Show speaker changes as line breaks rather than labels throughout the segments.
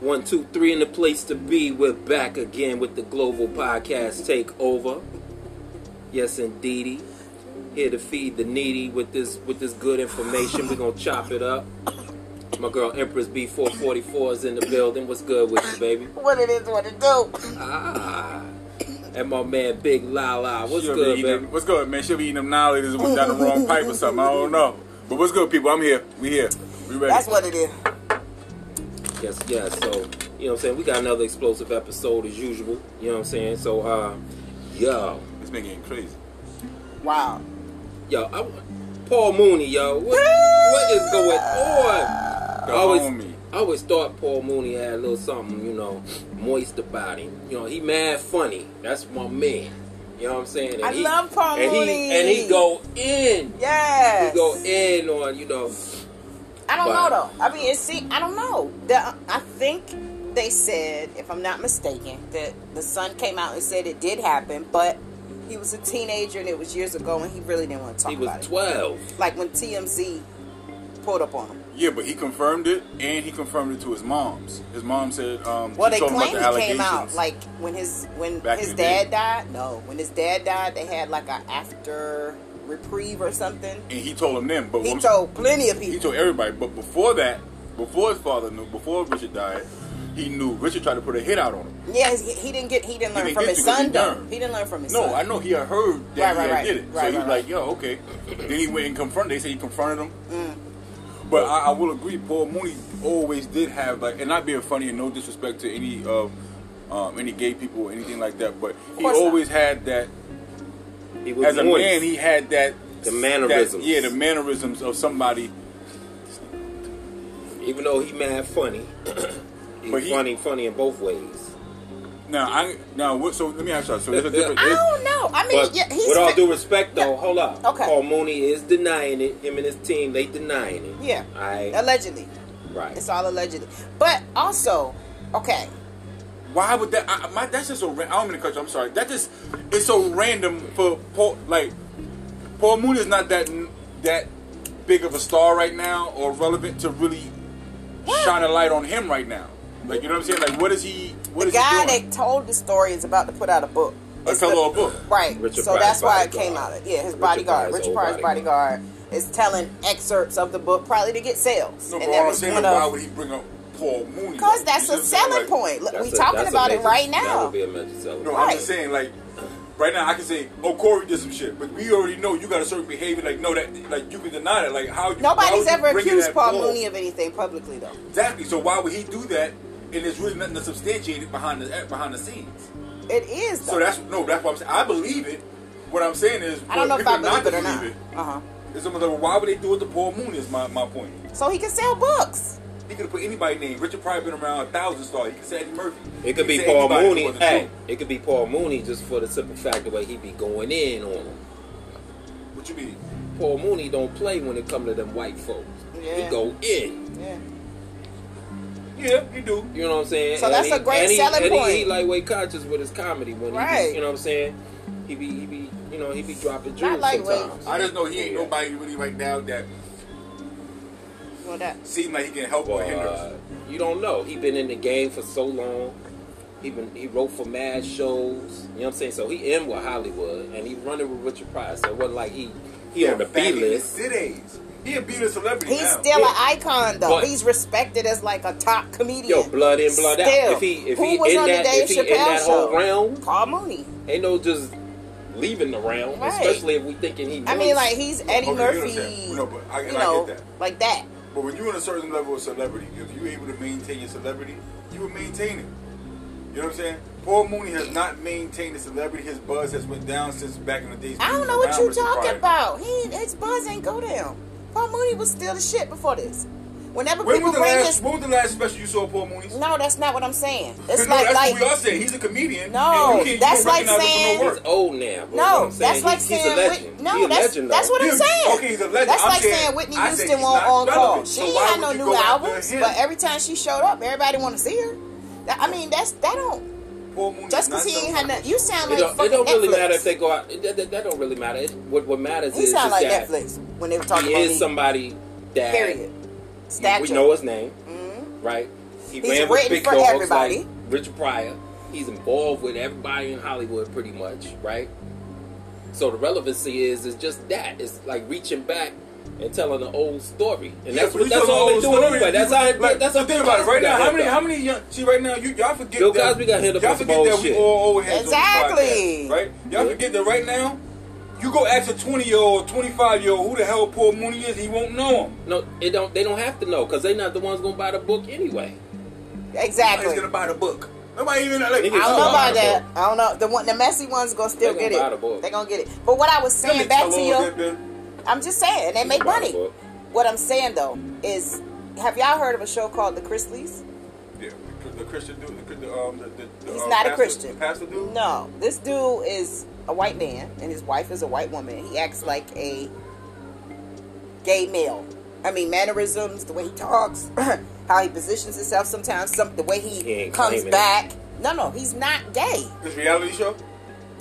One, two, three in the place to be. We're back again with the Global Podcast Takeover. Yes, indeedy. Here to feed the needy with this with this good information. We're gonna chop it up. My girl Empress B444 is in the building. What's good with you, baby?
What it is, what it do.
Ah. And my man Big Lala. What's
She'll be
good,
eating-
baby?
What's good, man? She'll be eating them nollies down the wrong pipe or something. I don't know. But what's good, people? I'm here. We here. We ready.
That's what it is.
Yes, yes. So, you know what I'm saying? We got another explosive episode as usual. You know what I'm saying? So, uh, yo.
This man getting crazy.
Wow.
Yo, I, Paul Mooney, yo. What, what is going on?
The
always,
homie.
I always thought Paul Mooney had a little something, you know, moist about him. You know, he mad funny. That's my man. You know what I'm saying? And
I
he-
love Paul
and
Mooney.
He, and he go in. He
Yes.
go in on, you know.
I don't
Wow.
know though. I mean, it's, see, I don't know. The, I think they said, if I'm not mistaken, that the son came out and said it did happen, but he was a teenager and it was years ago, and he really didn't want to talk
He
about
was 12.
it. Like when TMZ pulled up on him.
Yeah, but he confirmed it, and he confirmed it to his mom's. His mom said, um,
Well,
she
they
told him
claim
about
he
the
came out
allegations.
like when his when
Back
his
in the day.
dad died. No, when his dad died, they had like a after reprieve or something.
and he told him then. But
He
once-
told plenty of
he
people.
told everybody. But before that, before his father knew, before Richard died, he knew Richard tried to put a hit out on him.
Yeah, he, he didn't get. He didn't learn
didn't
from
get
his
you 'cause
son.
he
though.
learned.
He didn't learn from his son.
No, I know he had heard that
Right,
he
right,
had did it.
right. Right,
so he was
right,
like, yo, okay. then he went and confronted. They said he confronted him.
Mm.
But I, I will agree, Paul Mooney always did have like, and not being funny and no disrespect to any of um, any gay people or anything like that, but he
course not.
always had that.
He was
As a
moist.
man, he had that.
The
that-
mannerisms.
yeah, the mannerisms of somebody.
Even though he mad funny. he
But he-
funny, funny in both ways.
Now, I now what? So let me ask y'all. So there's a different.
I don't know. I mean,
But
yeah, he's
with all
fa-
due respect, though,
Yeah.
hold up.
Okay.
Paul Mooney is denying it. Him and his team, they denying it.
yeah,
All right.
allegedly.
Right.
It's all allegedly. But also, okay,
Why would that? I, my, that's just so. Ra- I don't mean to cut you. I'm sorry. That just it's so random for Paul. Like Paul Moon is not that that big of a star right now or relevant to really shine a light on him right now. Like you know what I'm saying? Like what is he? What
the
is
guy
he doing?
that told the story is about to put out a book.
A
It's
color
the-
book.
Right.
Richard
so
Pryor's
that's why it
bodyguard.
came out. Yeah, his
Richard
bodyguard,
Pryor's
Richard
old
Pryor's bodyguard, is telling excerpts of the book, probably to get sales.
No,
and that
but what I'm
was
saying
one
is why
of
would he bring up Paul Mooney?
because
Like,
that's
you
a
see what I'm saying?
selling
Like,
point. Look,
That's
we
a-
talking
that's a
about it
major-
right
That
now.
would be a major seller.
No, I'm
Right.
just saying like. Right now, I can say, "Oh, Corey did some shit," but we already know you got a certain behavior. Like, no, that, like, you can deny that. Like, how? You, why would
Nobody's
you
ever
bring it
accused
at
Paul Mooney of anything publicly, though.
Exactly. So why would he do that? And there's really nothing to substantiate it behind the eh, behind the scenes.
It is. Though.
So that's no. That's what I'm saying. I believe it. What I'm saying is,
I don't know
for
if I
people not
believe it
to
or not. Uh huh.
it, It's almost like, why would they do it to Paul Mooney? Is my, my point.
So he can sell books.
He could have put anybody name. Richard Pryor been around a thousand star. He could say Eddie Murphy.
It could
He
be
say
Paul
anybody
Mooney.
who wasn't
Hey,
true.
it could be Paul Mooney just for the simple fact of way he be going in on him.
What you mean?
Paul Mooney don't play when it come to them white folks. He
Yeah.
go in.
Yeah.
Yeah, you do.
You know what I'm saying?
So that's
he-
a great
and he,
selling
and He, he
point.
lightweight conscious with his comedy when he,
Right.
be, you know what I'm saying? He be, he be, you know, he be dropping
Not
jewels
lightweight.
sometimes.
I just know he ain't nobody really right now that
Well, that.
seems like he can help or
Well,
hinder.
uh,
us.
you don't know. He been in the game for so long. He been he wrote for mad shows. You know what I'm saying? So he in with Hollywood and he running with Richard Pryor. So it wasn't like he he on the
back
B
in
list.
the cities. He a B-list celebrity
He's
now.
still
Yeah.
an icon, though.
But-
He's respected as like a top comedian.
Yo, blood in, blood out.
Still.
If he if
Who
he
was
in
on the
that
Dave
if he in
Chappelle
that whole
show?
realm,
Paul Mooney.
ain't no just leaving the realm.
Right.
Especially if we thinking he.
I mean,
moist.
like he's Eddie
Okay,
Murphy.
you understand. No, but I-
you
and I
know,
get that.
like that.
But when you're in a certain level of celebrity, if you're able to maintain your celebrity, you will maintain it. You know what I'm saying? Paul Mooney has not maintained his celebrity. His buzz has went down since back in the days.
I
when he
don't
was
know what
around
you
Richard
talking
Pryor.
about. He his buzz ain't go down. Paul Mooney was still the shit before this. Whenever
When
people
was the
bring
last?
his,
When was the last special you saw Paul Mooney's?
no, that's not what I'm saying. It's
No,
like
that's
like
what we all said. He's a comedian.
No,
and you can't- you
that's
don't
like
recognize him
saying-
from
he's
work.
old now. but what
No,
I'm saying,
that's like
he- he's
saying
a
Whit-
legend.
no,
he a
that's-
legend,
that's
though.
what I'm
He's-
saying.
Okay, he's a legend.
That's
I'm
like
saying,
saying Whitney
I said
Houston
he's
won't
not
on call.
relevant,
She
so
ain't
why
had
would
no
you
new
go after
albums,
him?
but every time she showed up, everybody want to see her. That- I mean, that's that don't
Paul Mooney
just
is
because
not
he ain't
somebody-
had nothing. You sound
It
like
don't, it
fucking
don't really
Netflix.
matter if they go out. It, that, that- that don't really matter. It, what what matters
he
is,
sound
is
like
that
Netflix when they were talking
he
about
is
me.
somebody that
Period.
you-
Stature.
we know his name,
Mhm.
right? he
He's
ran with
written
big
for
dogs
everybody.
like Richard Pryor. He's involved with everybody in Hollywood, pretty much, right? So the relevancy is is just that. It's like reaching back and telling an old story, and that's what, that's all they do anyway. That's how
Like,
that's how
think about
Bill
it
Cosby
right
got
now. How
hit
many?
up.
How many? Young, see, right now, you, y'all forget.
Bill
that-
Cosby got hit up
Y'all
on some
forget that
bullshit.
we all old heads. on this
Exactly.
podcast, right? Y'all
Yeah.
forget that right now. You go ask a twenty year old, twenty five year old, who the hell Paul Mooney is, he won't know him.
No, it don't. They don't have to know because they're not the ones gonna buy the book anyway.
Exactly.
Nobody's gonna buy the book. Nobody even like.
Niggas
I don't
It's
know
a lot
about
of
that.
book.
I don't know. The one, the messy ones gonna still
They
get
gonna buy the
it.
book.
They gonna get it. But what I was
Them
saying
niggas
back
how
to
old
you,
they've been.
I'm just saying they make
buy the
money.
book.
What I'm saying though is, have y'all heard of a show called The Chrisleys?
Yeah, the Christian dude, the, the, um, the, the, the,
He's
uh,
not a
pastor-
Christian.
The pastor dude.
No, this dude is a white man and his wife is a white woman. He acts like a gay male. I mean mannerisms, the way he talks, how he positions himself sometimes, some the way
He
he
ain't
comes
claiming it.
back. No, no, he's not gay.
This reality show.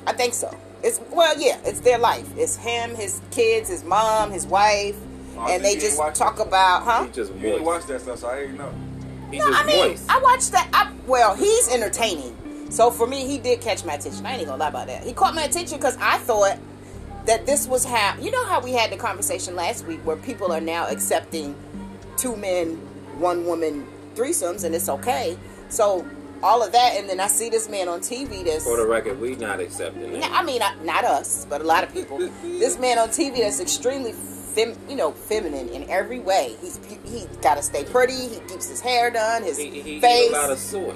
I think so. It's well, yeah. It's their life. It's him, his kids, his mom, his wife,
Oh, I
and
think
they
you
just
watch
talk
it.
about, huh?
He just
You ain't
moist.
watched that stuff, so I ain't know.
He
No,
just
I mean,
moist.
I watched that. I, well, he's entertaining. So for me, he did catch my attention. I ain't gonna lie about that. He caught my attention because I thought that this was how you know how we had the conversation last week where people are now accepting two men, one woman threesomes, and it's okay. So all of that, and then I see this man on TV that's
For the record, we not accepting
Yeah,
that.
I mean, uh, not us, but a lot of people. this man on TV that's extremely, fem- you know, feminine in every way. He's he got to stay pretty. He keeps his hair done, his
He, he eat
face.
a lot of soy.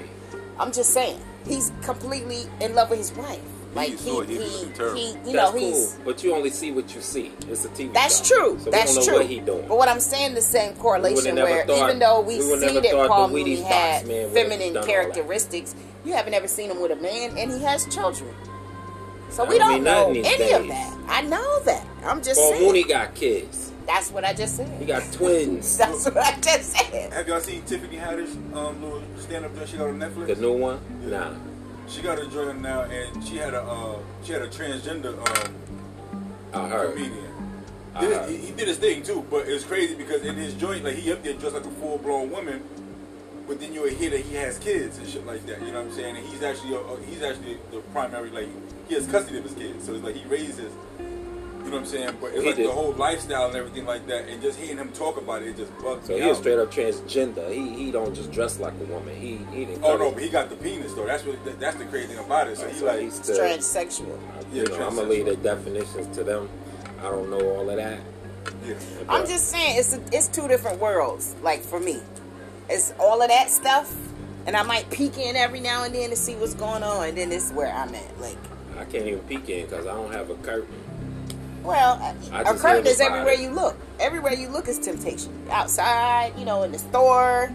I'm just saying, he's completely in love with his wife. Like
used
he,
to it.
he,
He was terrible.
he, you know,
That's
he's.
cool, but you only see what you see. It's a TV.
That's
show.
true.
So
that's
we don't know
true.
what he doing.
But what I'm saying, the same correlation
never
where
thought-
even though we,
we would've
see
never
that
thought
Paul
that we
Mooney
these
had
box men would've
feminine
done all that.
characteristics, you haven't ever seen him with a man, and he has children. So we
I
don't
mean,
know
nothing
any
these
of
days.
that. I know that. I'm just
Paul
saying.
Mooney got kids.
That's what I just
He
said.
got twins.
That's what I just said.
Have y'all seen Tiffany Haddish um, little stand up that she got on Netflix?
the new one? Nah.
She got a joint now, and she had a uh, she had a transgender um,
I heard.
comedian.
I
Did-
heard.
he, he did his thing too, but it's crazy because in his joint, like he up there dressed like a full blown woman, but then you would hear that he has kids and shit like that. You know what I'm saying? And he's actually a, a- he's actually the primary like he has custody of his kids, so it's like he raises. You know what I'm saying? But it's
He
like
did.
the whole lifestyle and everything like that, and just hearing him talk about it, it just bugs
So
me
he was
out.
straight up transgender. He he don't just dress like a woman. He he didn't.
Oh no, but he got the penis though. That's what that, that's the crazy thing about it. So he like
he's still-
Transsexual.
You know, I'm gonna leave the definitions to them. I don't know all of that.
yeah.
I'm just saying it's it's two different worlds. Like for me, it's all of that stuff, and I might peek in every now and then to see what's going on, and then it's where I'm at. Like,
I can't even peek in because I don't have a curtain.
well,
I
a
just
curtain
live
is
inside
everywhere
it.
you look. Everywhere you look is temptation. Outside, you know, in the store,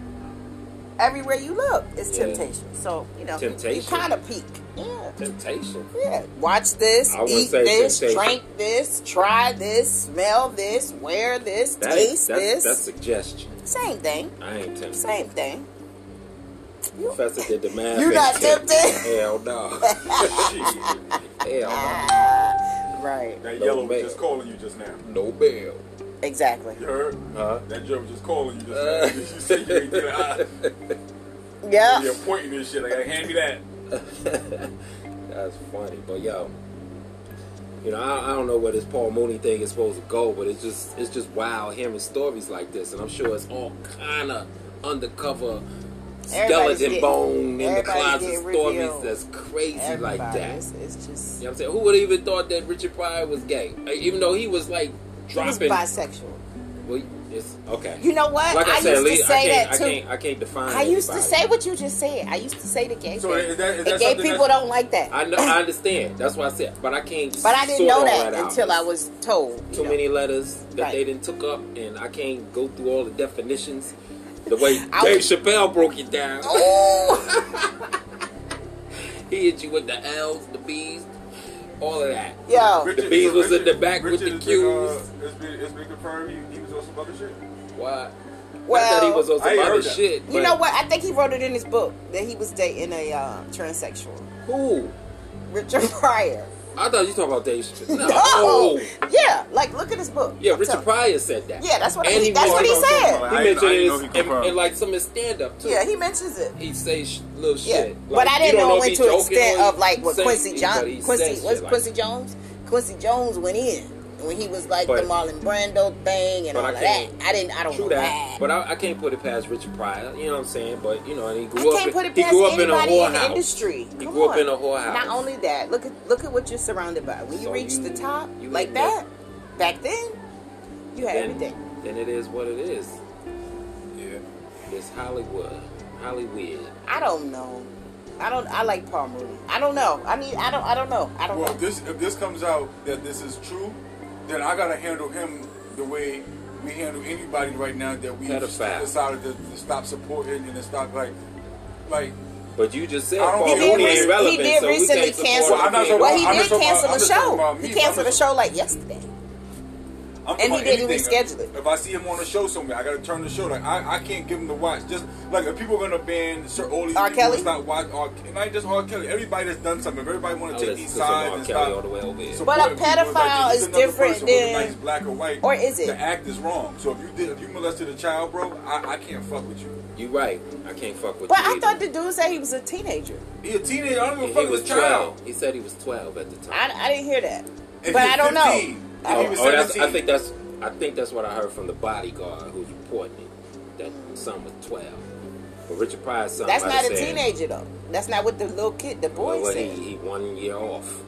everywhere you look is
Yeah.
temptation. So you know, you
Temptation.
kind of peek. Yeah.
Temptation.
Yeah, watch this,
I wouldn't
eat
say
this,
temptation.
drink this, try this, smell this, wear this,
That
taste
that's,
this.
that's suggestion.
same thing,
I ain't tempted.
same thing.
Professor did the math.
You
and
not
said,
tempted?
Hell no. Hell
Ah, right,
that
No
yellow was
mail.
just calling you just now.
no. No bell.
exactly.
You heard?
Huh?
That German just calling you just
Uh.
now. You said you ain't get an eye. You're
Yeah,
pointing and shit. Like, hand me that.
That's funny, but yo, you know, I, I don't know where this Paul Mooney thing is supposed to go, but it's just it's just wild hearing stories like this, and I'm sure it's all kind of undercover skeleton
Everybody's getting-
bone in the
everybody's
closet
getting
stories
revealed.
that's crazy
everybody.
like that.
It's, it's just
You know what I'm saying? Who would have even thought that Richard Pryor was gay? Like, Even though he was like
he was
dropping.
bisexual.
well, it's okay.
You know what?
like I, said,
used
Lee,
to say
I can't,
that too.
I can't, I can't define.
I used to
anybody.
say what you just said. I used to say the gay
So
thing.
is that- is
and
that
gay
something
people
that's-
don't like that.
I know. I understand. That's why I said, but I can't.
but I
sort
didn't know
all
that
out.
until I was told. you
Too
know.
many letters that
Right.
they didn't took up, and I can't go through all the definitions. The way
I
Dave
was- Oh.
Chappelle broke it down,
Ooh.
he hit you with the L's, the B's, all of that.
Yo,
Oh, The bees was in the back with the
has been,
cues.
uh, it's, been, it's been confirmed he, he was on some other shit.
Why? I thought he
Well-
was on
I
some
ain't
other
heard that.
shit.
you
but
know what? I think he wrote it in his book that he was dating a uh, transsexual.
Who?
Richard Pryor.
I thought you talking about Dave Chappelle. No.
Oh, yeah. Like, look at this book.
Yeah,
I'm
Richard
telling
Pryor said that.
you. Yeah, that's what
And
I,
he
that's what he
was-
said.
He
I didn't-
mentioned
I didn't
it
know he
in-
confirmed.
in like some of his stand up too.
Yeah, he mentions it.
he say sh- little
Yeah,
shit.
but I
you
didn't
don't
know
if
went
he
to the
joking
extent
or
of like
he
what
saying
Quincy
shit, but he
John
saying
Quincy
shit
what's
like
Quincy Jones? Quincy Jones went in when he was like
But-
the Marlon Brando thing and
but
all
I
of that.
can't-
I didn't. I don't
True
know
that,
that.
but I, I can't put it past Richard Pryor. You know what I'm saying? But you know, and he
I
grew up.
can't put it
he
past
grew up in a
anybody in the
whorehouse.
industry.
He
Come
grew up
on.
in a whorehouse.
Not only that, look at look at what you're surrounded by. When you
So
reach
you-
the top
you
like
in
that, back then, you had
then,
everything.
then it is what it is.
Yeah.
It's Hollywood, Hollywood.
I don't know. I don't. I like Paul Mooney. I don't know. I mean, I don't. I don't know. I don't.
Well,
know.
if this if this comes out that this is true, then I gotta handle him the way we handle anybody right now that we
Pedophile.
decided to, to stop supporting and to stop like like.
But you just said
I
Paul
don't think he
Mooney
re-
ain't
he
relevant,
did
so we
recently
can't support
cancel-
him.
I'm not sure
Well, he
I'm
did
just talking
cancel
about-
the
I'm just talking
show.
about me.
He
I'm
canceled the
just-
show like yesterday.
I'm
And he
talking
didn't
about anything.
reschedule it.
If I see him on a show somewhere, I gotta turn the show. Like I, I can't give him the watch. Just like if people are gonna ban Sir all these
R.
people
Kelly?
to stop watch R. Not just R. Kelly. Everybody that's done something. If everybody
I
wanna
listen
take
to
these
some
sides
R.
and
Kelly all
stop.
the way over here.
But a
supporting people. It's like,
pedophile
it's
is
another
different
person, whether
than-
it's black or white.
Or is it?
The act is wrong. So if you did, if you molested a child, bro, I, I can't fuck with you.
You right. I can't fuck with
But
you.
I
either.
thought the dude said he was a teenager.
He a teenager. I don't
And
give a
he
fuck
was
with a child.
12. He said he was 12 at the time.
I, I didn't hear that.
If
but
he's
I don't
15,
know.
if
I
he
Oh,
don't
was
oh, that's,
17.
I think that's I think that's what I heard from the bodyguard who's reporting it. That son was twelve. But Richard Pryor's son
That's
might
not
have
a
said,
teenager though. That's not what the little kid, the
Well,
boy
well, he,
said.
he one year off.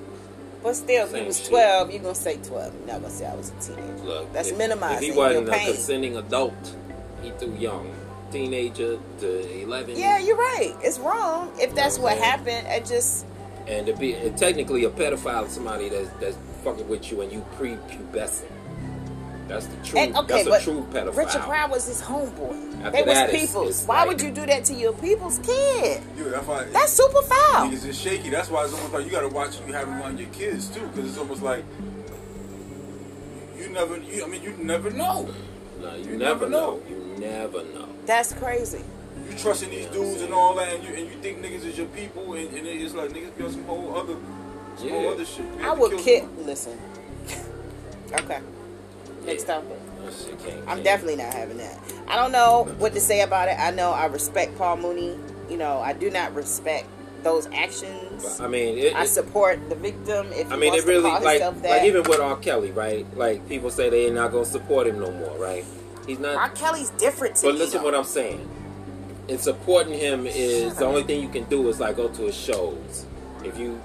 but still, if he
Same
was
shit.
twelve, you're gonna say twelve. You're not gonna say I was a teenager.
Look,
That's
if,
minimizing
If he wasn't
your
a
pain.
consenting adult, he too young, teenager to eleven.
Yeah, you're right. It's wrong if that's what
Okay.
happened. It just
and to be and technically a pedophile is somebody that's that's fucking with you and you prepubescent. That's the true.
and okay,
that's
but
a true pedophile.
Richard Pryor was his homeboy.
After
they
that,
was
it's-
people's.
it's
Why
like-
would you do that to your people's kid?
Dude, that's why.
That's super foul.
Niggas is shaky. That's why it's almost like you gotta watch what you have around your kids too, because it's almost like you never. You, I mean, you never know.
No, you,
You
never
never
know.
know.
You never know.
That's crazy.
You trusting these dudes and all that, and you and you think niggas is your people, and, and it's like niggas be on some whole other, some
Yeah.
whole other shit. You
I
have to
would
kill
kill.
someone.
Listen. okay. Next
Yeah.
topic.
That shit can't-
I'm
can't-
definitely not having that. I don't know what to say about it. I know I respect Paul Mooney. You know, I do not respect those actions.
But, I mean, it,
I
it-
support the victim if he
I mean,
wants
it really
to call
like
himself that.
like even with R. Kelly, right? Like people say they ain't not gonna support him no more, right? He's
R.
not.
Kelly's different to
But
me,
listen,
though.
what I'm saying. In supporting him is
Shut
the
up.
only thing you can do is like go to his shows. If you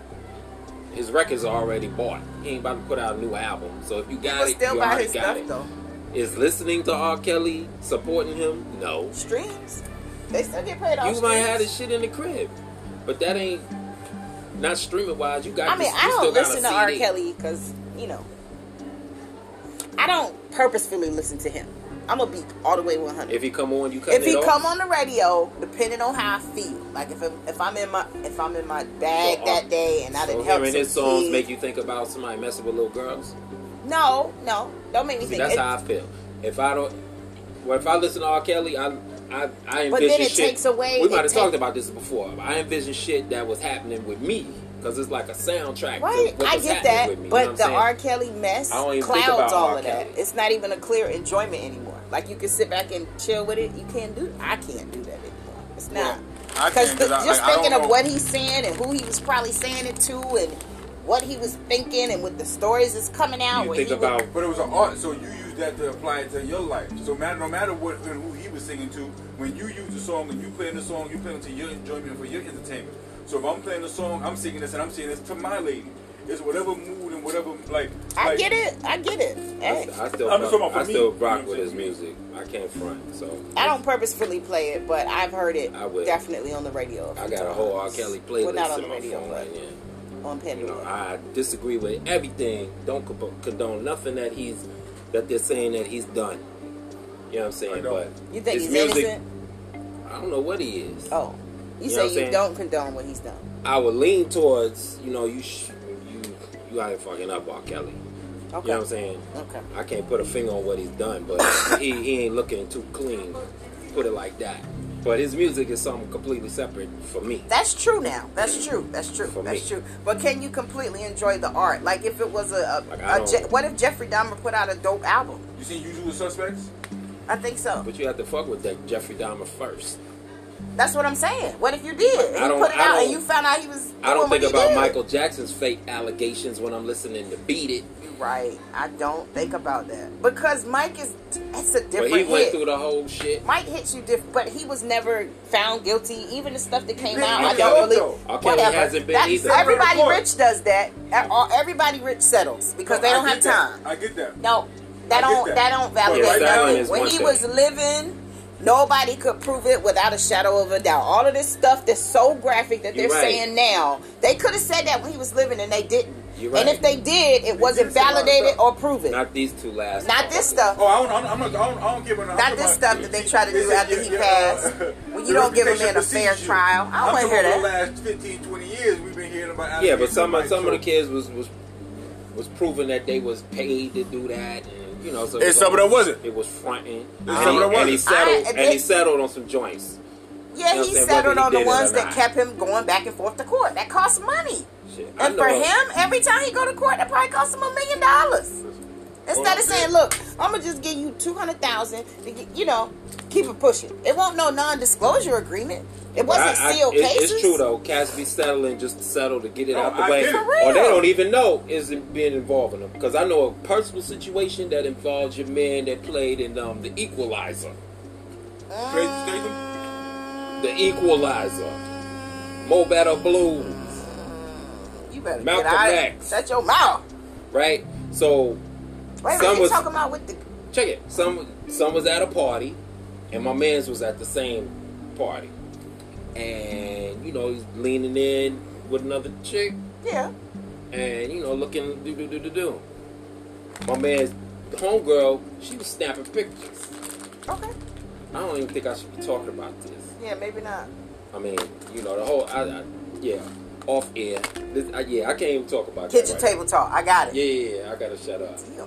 his records are already bought, he ain't about to put out a new album. So if you got
People
it,
still
you
buy
already
his
got
stuff
it.
though.
Is listening to R. Kelly supporting him? No.
Streams, they still get paid off.
You
streams.
might have this shit in the crib, but that ain't not streaming wise. You got.
I mean,
this,
I
you still
don't
got a
listen to R.
CD.
Kelly because you know I don't purposefully listen to him. I'm gonna be all the way 100.
If he come on, you cut
if
it
he
off.
come on the radio, depending on how I feel, like if I'm, if I'm in my if I'm in my bag
So, uh,
that day and I
So
didn't help
hearing
some
his songs
kid-
make you think about somebody messing with little girls.
no no don't make me
See,
think
that's
it-
how I feel. If I don't, well, if I listen to R. Kelly, I, I, I envision
But then it
shit.
takes away-
We
it
might have
take-
talked about this before. but I envision shit that was happening with me because it's like a soundtrack.
right
To what
I
was
get
happening
that,
with me, you know
but
what I'm
the
saying?
R Kelly mess
I don't even think
clouds
about
all
R.
of that.
Kelly.
It's not even a clear enjoyment anymore. Like you can sit back and chill with it. You can't do I can't do that anymore. It's not.
Well, I
Because
can't 'cause I-
just
like, I don't
thinking of
know.
what he's saying and who he was probably saying it to and what he was thinking and with the stories that's coming out.
you
where
think
he was-
about
But it was an art, so you use that to apply it to your life. So matter, no matter what and who he was singing to, when you use the song and you playing the song, you playing it to your enjoyment for your entertainment. So if I'm playing the song, I'm singing this and I'm singing this to my lady. It's whatever mood and whatever like.
I
like,
get it. I get it.
I,
Hey.
st- I still,
I'm just talking
rock,
about for
I
me,
still
you know
rock
what
with
I'm
his
saying?
music. I can't front, so
I don't purposefully play it, but I've heard it
I will.
definitely on the radio.
I got a whole R. Kelly playlist
Well, not on
in
the
my
radio,
phone
but
right now.
on
You know,
Pandora.
I disagree with everything. Don't co- condone nothing that he's that they're saying that he's done. You know what I'm
I
saying? But
don't.
you think
his
he's
music,
innocent?
I don't know what he is.
Oh, you,
You know what
say
I'm
you
saying?
don't condone what he's done.
I would lean towards, you know, you sh- you you out here fucking up R. Kelly.
Okay.
You know what I'm saying?
Okay.
I can't put a finger on what he's done, but he, he ain't looking too clean. Put it like that. But his music is something completely separate for me.
That's true now. That's true. That's true.
For
That's
me.
true. But can you completely enjoy the art? Like if it was a, a,
Like, I
a
don't-
Je- what if Jeffrey Dahmer put out a dope album?
You seen Usual Suspects?
I think so.
But you have to fuck with that Jeffrey Dahmer first.
That's what I'm saying. What if you did?
I
He
don't-
put it
I
out
don't-
and you found out he was.
I don't
doing what
think
he
about
did.
Michael Jackson's fake allegations when I'm listening to Beat It.
You're right. I don't think about that because Mike is. It's a
But
different
he went
hit.
through the whole shit.
Mike hits you different, but he was never found guilty. Even the stuff that came
He
out, I
didn't
don't really.
get up, though.
Okay, he
whatever.
hasn't been
That's-
either.
Everybody
Report.
rich does that. E- all- Everybody rich settles because they
No,
don't
I
have
get that.
time.
I get that.
No, that
I get
don't that.
that.
don't
But
validate
right now-
nothing.
is
When
one
he
thing.
was living, nobody could prove it without a shadow of a doubt. All of this stuff that's so graphic that
You're
they're
right.
saying now, they could have said that when he was living, and they didn't.
You're
And
right.
if they did, it wasn't
did say a lot of
validated
stuff.
or proven. Not,
Not these two last.
this stuff.
Oh, I don't, I'm not, I don't, I don't give a.
Not this stuff that they try to do after he passed.
uh,
When you don't give a man a fair trial, I don't want to hear
The
that.
last 15, 20 years, we've been hearing about.
Yeah, but some
allegations
of some of the
like-
kids was was was proving that they was paid to do that, and you know, so
And
it was
some of
all-
that wasn't.
It was fronting, and,
And some
he,
of that
and he
wasn't.
settled,
I-
and he
it-
settled on some joints. You know
Yeah,
what
he
I'm saying,
settled
whether he
on the
did it or
ones that
not.
kept him going back and forth to court. That costs money.
Shit, I
And for
know-
him, every time he go to court, that probably costs him a million dollars. Instead of saying, "Look, I'm gonna just give you two hundred thousand to get, you know, keep it pushing." It won't no non-disclosure agreement. It
But
wasn't
I- I-
sealed
it-
cases.
It's true though. Cats be settling just to settle to get it
No,
out the
I
way,
get it. For
or they
real.
don't even know is it being involved in them. Because I know a personal situation that involves your man that played in um, the Equalizer.
Crazy Statham?
The Equalizer, Mo Battle Blues,
You better
Malcolm
get out.
X.
Shut your mouth.
right? So
Wait,
Some
a minute, you
was-
talking about with the?
check it. Some some was at a party, and my man's was at the same party, and you know he's leaning in with another chick,
Yeah.
and you know looking do do do do do. My man's homegirl, she was snapping pictures.
Okay.
I don't even think I should be talking about this.
Yeah, maybe not.
I mean, you know the whole, I, I yeah, off air. This, I, yeah, I can't even talk about
Kitchen
that. right
table talk. I got
now.
it.
Yeah, yeah, yeah, I gotta shut up.
Yeah.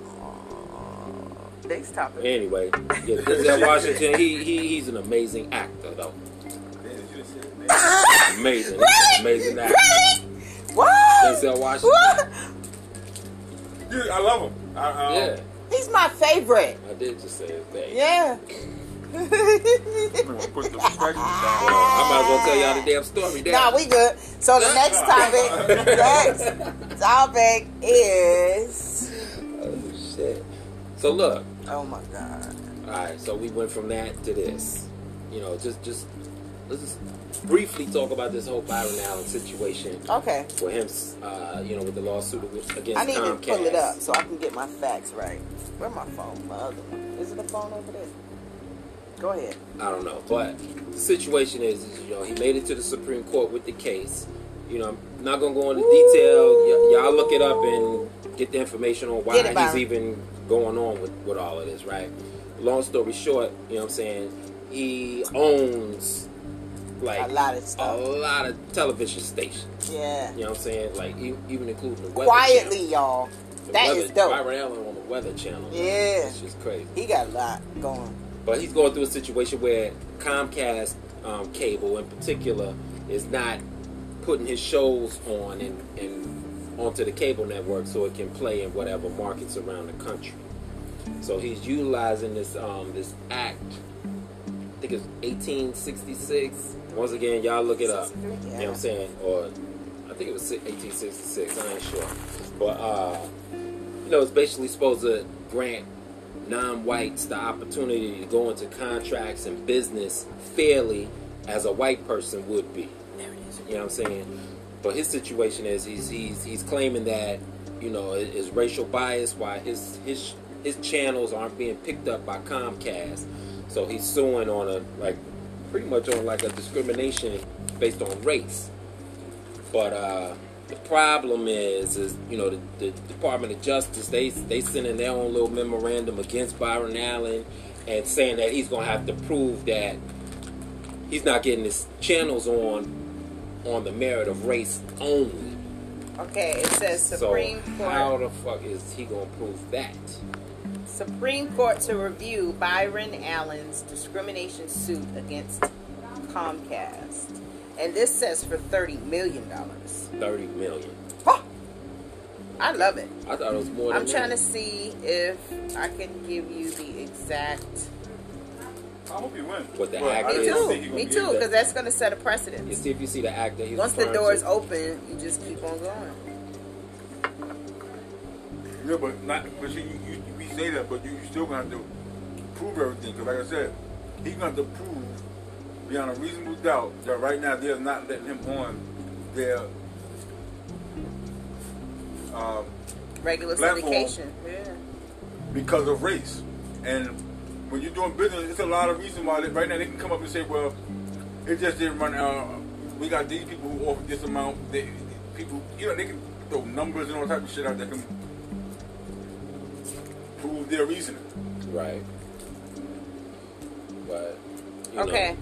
Next topic.
Anyway, yeah, Denzel Washington, he, he he's an amazing actor though.
Damn, you done said it, man.
Amazing,
Really?
amazing actor.
Really? What?
Denzel Washington.
What?
You- I love him. I, I,
Yeah,
He's my favorite.
I did just say his name.
Yeah.
I'm gonna put the respect down.
Well, I might as well tell y'all the damn story. Damn.
Nah, we good. So the next topic, next topic is.
Oh shit. So look,
Oh my god.
all right. So we went from that to this. You know, just just let's just briefly talk about this whole Byron Allen situation
Okay.
for him. Uh, you know, with the lawsuit against
I need to
Comcast.
pull it up so I can get my facts right. Where my phone? My other one. Is it a phone over there? Go ahead.
I don't know, but the situation is, is, you know, he made it to the Supreme Court with the case. You know, I'm not gonna go into detail. Y- y'all look it up and get the information on why
Get it,
he's
Byron.
even going on with, with all of this, right? Long story short, you know what I'm saying? He owns like
A lot of
a
stuff.
lot of television stations.
Yeah.
You know what I'm saying? Like e- even including the weather
Quietly, y'all.
Channel. The
That
weather,
is dope.
Byron Allen on the Weather Channel.
Yeah.
it's just crazy.
He got a lot going.
But he's going through a situation where Comcast um, cable, in particular, is not putting his shows on and, and onto the cable network so it can play in whatever markets around the country. So he's utilizing this um, this act. I think it's 1866. Once again, y'all look it up. You know what I'm saying? Or I think it was 1866. I ain't sure. But uh, you know, it's basically supposed to grant non-whites the opportunity to go into contracts and business fairly as a white person would be. You know what I'm saying? But his situation is he's he's he's claiming that you know it is racial bias why his his his channels aren't being picked up by Comcast. So he's suing on a like pretty much on like a discrimination based on race. But uh, the problem is, is you know, the, the Department of Justice they they sending their own little memorandum against Byron Allen and saying that he's gonna have to prove that he's not getting his channels on on the merit of race only.
Okay, it says Supreme
so how
Court.
the fuck is he gonna prove that?
Supreme Court to review Byron Allen's discrimination suit against Comcast. And this says for $30 million.
Thirty million.
Huh. I love it.
I thought it was more. Than
I'm trying to see if I can give you the exact.
I hope you win.
What the
But I
heck
Me
is-
just
don't
too.
think he gonna
Me
get
too,
that.
because that's going to set a
You
precedent.
see if you see the actor. He's
Once the
referring
door
to.
is open, you just keep on going.
Yeah, but not. But see, you, you, we say that, but you, you still gonna have to prove everything. Cause like I said, he's gonna have to prove beyond a reasonable doubt that right now they're not letting him on their um,
Regular
Platform.
syndication. Yeah.
because of race. And when you're doing business, it's a lot of reason why they, right now they can come up and say, well, it just didn't run out. We got these people who offer this amount. They, people, you know, they can throw numbers and all type of shit out that can prove their reasoning.
Right. But. You
Okay.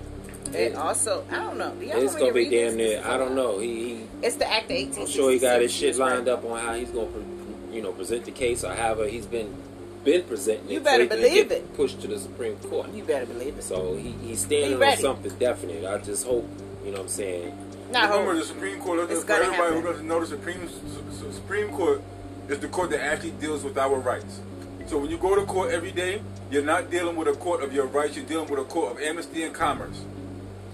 it
it-
also, I don't know. Do y'all
it's
want me
gonna be
read this?
damn
This
near.
is
I
a
don't
lot.
know. He, he
It's the Act of 18.
I'm sure he got his shit lined up on how he's gonna, pre- you know, present the case or however he's been been presenting it.
You
so
better
he can
believe
get
it.
Pushed to the Supreme Court.
You better believe it.
So he, he's
He
standing on
ready.
something definite. I just hope, you know, what I'm saying.
Not
Remember,
home.
the Supreme Court.
It's
for
gonna
everybody
happen.
who doesn't know, the Supreme Su- Su- Supreme Court is the court that actually deals with our rights. So when you go to court every day, you're not dealing with a court of your rights. You're dealing with a court of amnesty and commerce.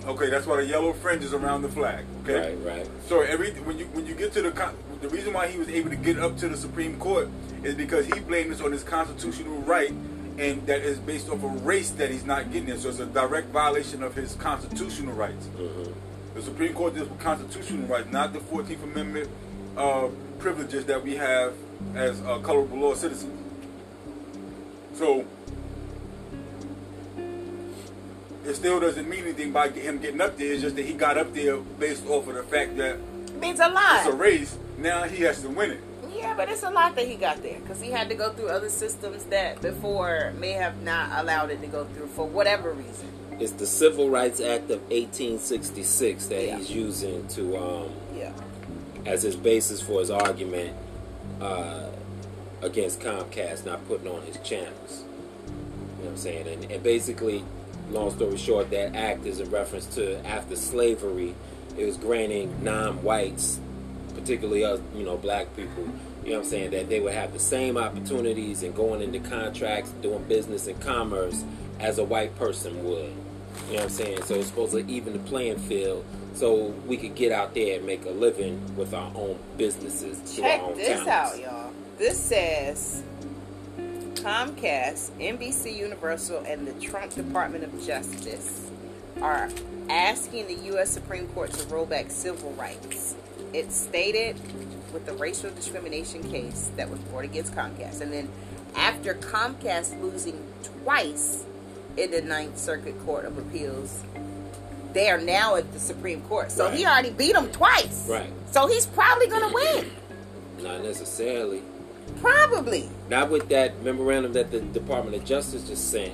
Okay, that's why the yellow fringe is around the flag. Okay.
Right, right.
So every when you when you get to the con- the reason why he was able to get up to the Supreme Court is because he blamed this on his constitutional right, and that is based off a race that he's not getting it. So it's a direct violation of his constitutional rights. The Supreme Court deals with constitutional rights, not the Fourteenth Amendment uh, privileges that we have as uh, colorable law citizens. So it still doesn't mean anything by him getting up there. It's just that he got up there based off of the fact that
means a lot.
it's a race. Now he has to win it.
Yeah, but it's a lot that he got there because he had to go through other systems that before may have not allowed it to go through for whatever reason.
It's the Civil Rights Act of 1866 that
Yeah.
he's using to um,
Yeah.
as his basis for his argument uh, against Comcast not putting on his channels. You know what I'm saying? And, and basically, long story short, that act is a reference to after slavery, it was granting non whites, particularly us, you know, black people, you know what I'm saying, that they would have the same opportunities and going into contracts, doing business and commerce as a white person would. You know what I'm saying? So it's supposed to even the playing field so we could get out there and make a living with our own businesses. through our
Check
own
this
talents.
out, y'all. This says Comcast, NBC Universal, and the Trump Department of Justice are asking the U.S. Supreme Court to roll back civil rights. It's stated with the racial discrimination case that was brought against Comcast. And then after Comcast losing twice in the Ninth Circuit Court of Appeals, they are now at the Supreme Court. So he
Right.
already beat them twice.
Right.
So he's probably going to win.
Not necessarily.
Probably.
Not with that memorandum that the Department of Justice just sent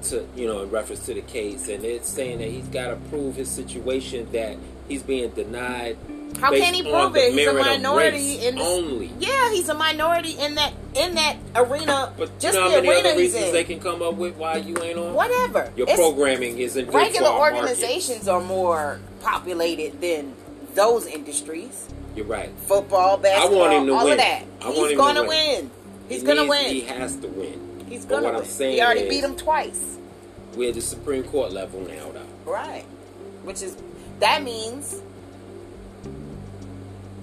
to you know in reference to the case, and it's saying that he's got to prove his situation that he's being denied.
How
based
can he
on
prove
the
it? He's a
merit of
minority
race
in this,
only.
Yeah, he's a minority in that in that arena.
But
just
you know how
the
many
arena
other
he's
reasons
in.
they can come up with why you ain't on?
Whatever.
Your
It's-
programming isn't good
regular
for our market.
organizations are more populated than those industries.
You're right.
Football, basketball,
want him to
all
win.
of that.
I want
he's
him to
gonna
win.
win. He's
He
gonna
needs-
win.
He has to win.
he's
But
gonna
what
win.
I'm saying
he already
is,
beat him twice.
We're at the Supreme Court level now, though.
Right. Which is that means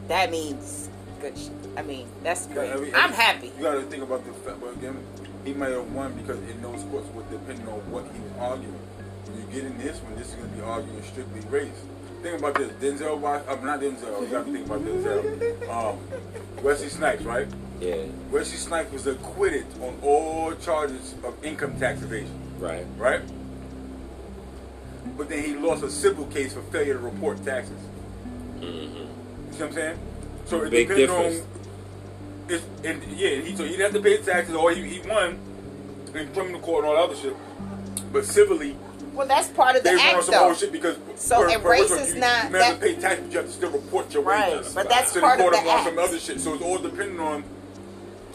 that means good. Sh- I mean, that's
You gotta-
great.
every-
I'm
every-
happy.
You got to think about the fact, but again, he might have won because in those courts was depending on what he was arguing. When you get in this one, this is going to be arguing strictly race. Think about this, Denzel Washington. I'm not Denzel. You got to think about Denzel. Um, Wesley Snipes, right?
Yeah.
Wesley Snipes was acquitted on all charges of income tax evasion.
Right.
right? But then he lost a civil case for failure to report taxes. You see what I'm saying? So it
Mm-hmm. Big
depends
difference.
on. It's, and yeah, he so he didn't have to pay taxes, or he, he won in criminal court and all that other shit. But civilly,
Well, that's part of the
they run
act,
some
though.
more shit because
So it
which
raises
you,
not
you may
that-
have to pay taxes, but you have to still report your
Right,
wages.
but that's
City
part of
court
the
and all some
act.
other shit. So it's all depending on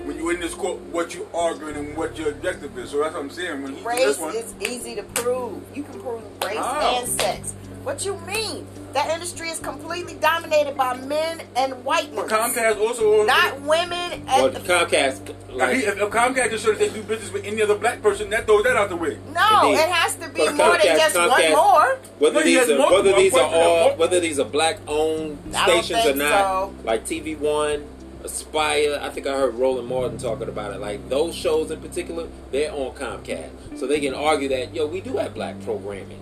when you're in this court, what you're arguing and what your objective is. So that's what I'm saying. When he did
Race
this one,
is easy to prove. You can prove race
How?
and sex. What you mean? That industry is completely dominated by men and white
But
men,
Comcast also
not women.
Well,
And
Comcast,
If, he-
like,
if Comcast just showed that they do business with any other black person, that throws that out the way.
no,
Indeed.
it has to be
But
more than
Comcast-
just
Comcast-
one more.
No,
whether
he
these
has
are
multiple.
whether these are
He has
all
multiple.
whether these are black owned
I don't
stations or
think
not,
so.
like TV One, Aspire. I think I heard Roland Martin talking about it. Like those shows in particular, they're on Comcast, so they can argue that yo, we do have black programming.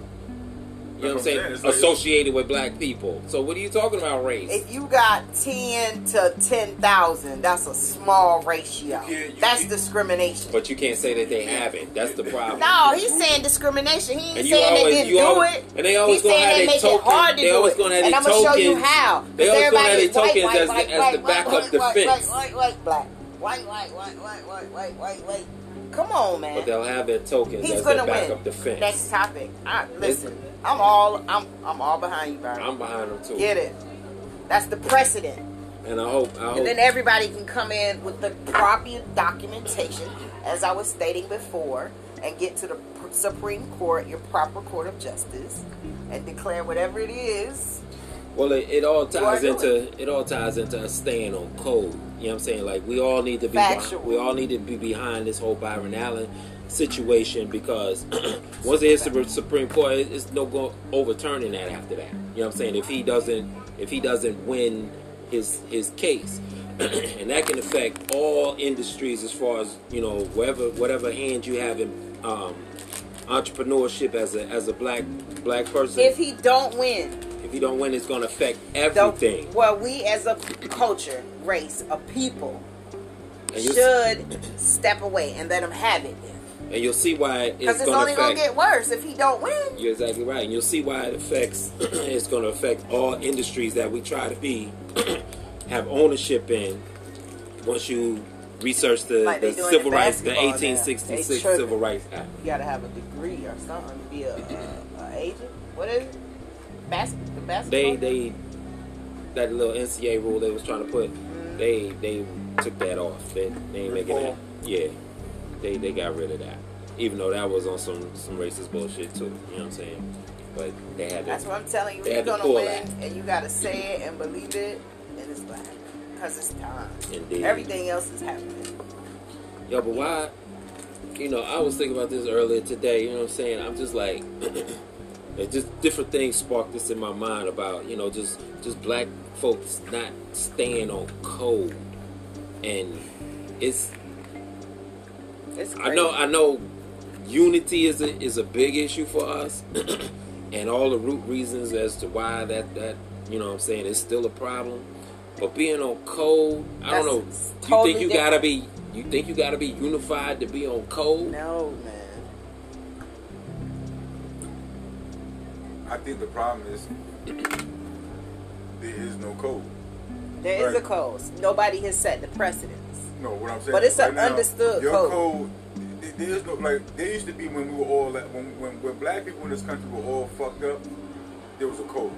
You know what I'm
That's what I'm saying.
saying?
It's like-
Associated with black people. So what are you talking about race?
If you got ten to ten thousand, that's a small ratio.
Yeah, you-
that's
you-
discrimination.
But you can't say that they haven't. That's the problem.
No, he's saying discrimination. He ain't
And you
saying
always-
they didn't
you
do
always-
it.
and they always
he's
gonna have
saying they
their
make it
token-
hard to
they
do
always
it.
gonna have
and
their
I'm gonna show you
tokens-
how.
they
Because
always gonna have
everybody
their
is white,
tokens
white,
as the- as
white,
the
white,
backup
white, white,
defense.
White, white, white, black. White, white, white, white, white, white, white, white. Come on, man.
But they'll have their tokens
He's
as their
gonna
backup
win.
defense.
Next topic. I, listen, I'm all I'm I'm all behind you, Byron.
I'm behind them too.
Get it? That's the precedent.
And I hope I hope
And then everybody can come in with the proper documentation, as I was stating before, and get to the pr- Supreme Court, your proper court of justice, and declare whatever it is.
Well, it, it all ties
doing
into it. all ties into us staying on code. You know what I'm saying? Like we all need to be
Factual.
behind, we all need to be behind this whole Byron Allen situation because once it hits the Supreme Court, it, it's no go overturning that after that. You know what I'm saying? If he doesn't if he doesn't win his his case, and that can affect all industries as far as you know whatever whatever hand you have in um, entrepreneurship as a as a black black person.
If he don't win,
If you don't win, it's going to affect
though,
everything.
well, we as a culture, race, a people
And you'll,
should step away and let him have it.
and you'll see why
Because
it's
it's
going to
only gonna
affect.
get worse if he don't win.
you're exactly right, and you'll see why it affects. it's going to affect all industries that we try to be have ownership in. Once you research the,
Like they
the
doing
civil
in
rights, the
basketball now.
1866
They tripping.
Civil Rights Act.
You gotta have a degree or something to be a, a, a agent. What is it? Bas- the basketball?
They they that little NCA rule they was trying to put. They they took that off. They they ain't making that.
Reform.
Yeah, they they got rid of that. Even though that was on some some racist bullshit too. You know what I'm saying? But they had to.
That's what I'm telling you.
They had
You're
to
gonna
pull
win,
that.
and you gotta say it and believe it, and it's black because it's time.
Indeed.
Everything else is happening.
Yo, but why? You know, I was thinking about this earlier today. You know what I'm saying? I'm just like, it just different things sparked this in my mind about you know just just black folks not staying on code, and it's
It's crazy.
I know I know unity is a is a big issue for us, and all the root reasons as to why that that you know what I'm saying is still a problem. But being on code, I
That's
don't know.
totally
you think you gotta be you think you gotta be unified to be on code?
No man.
I think the problem is there is no code.
There is
Right.
a cause. Nobody has set the precedence.
No, what I'm saying.
But it's a
right now,
understood
your
code.
th- There is no like. There used to be when we were all like, when, when when black people in this country were all fucked up. There was a code.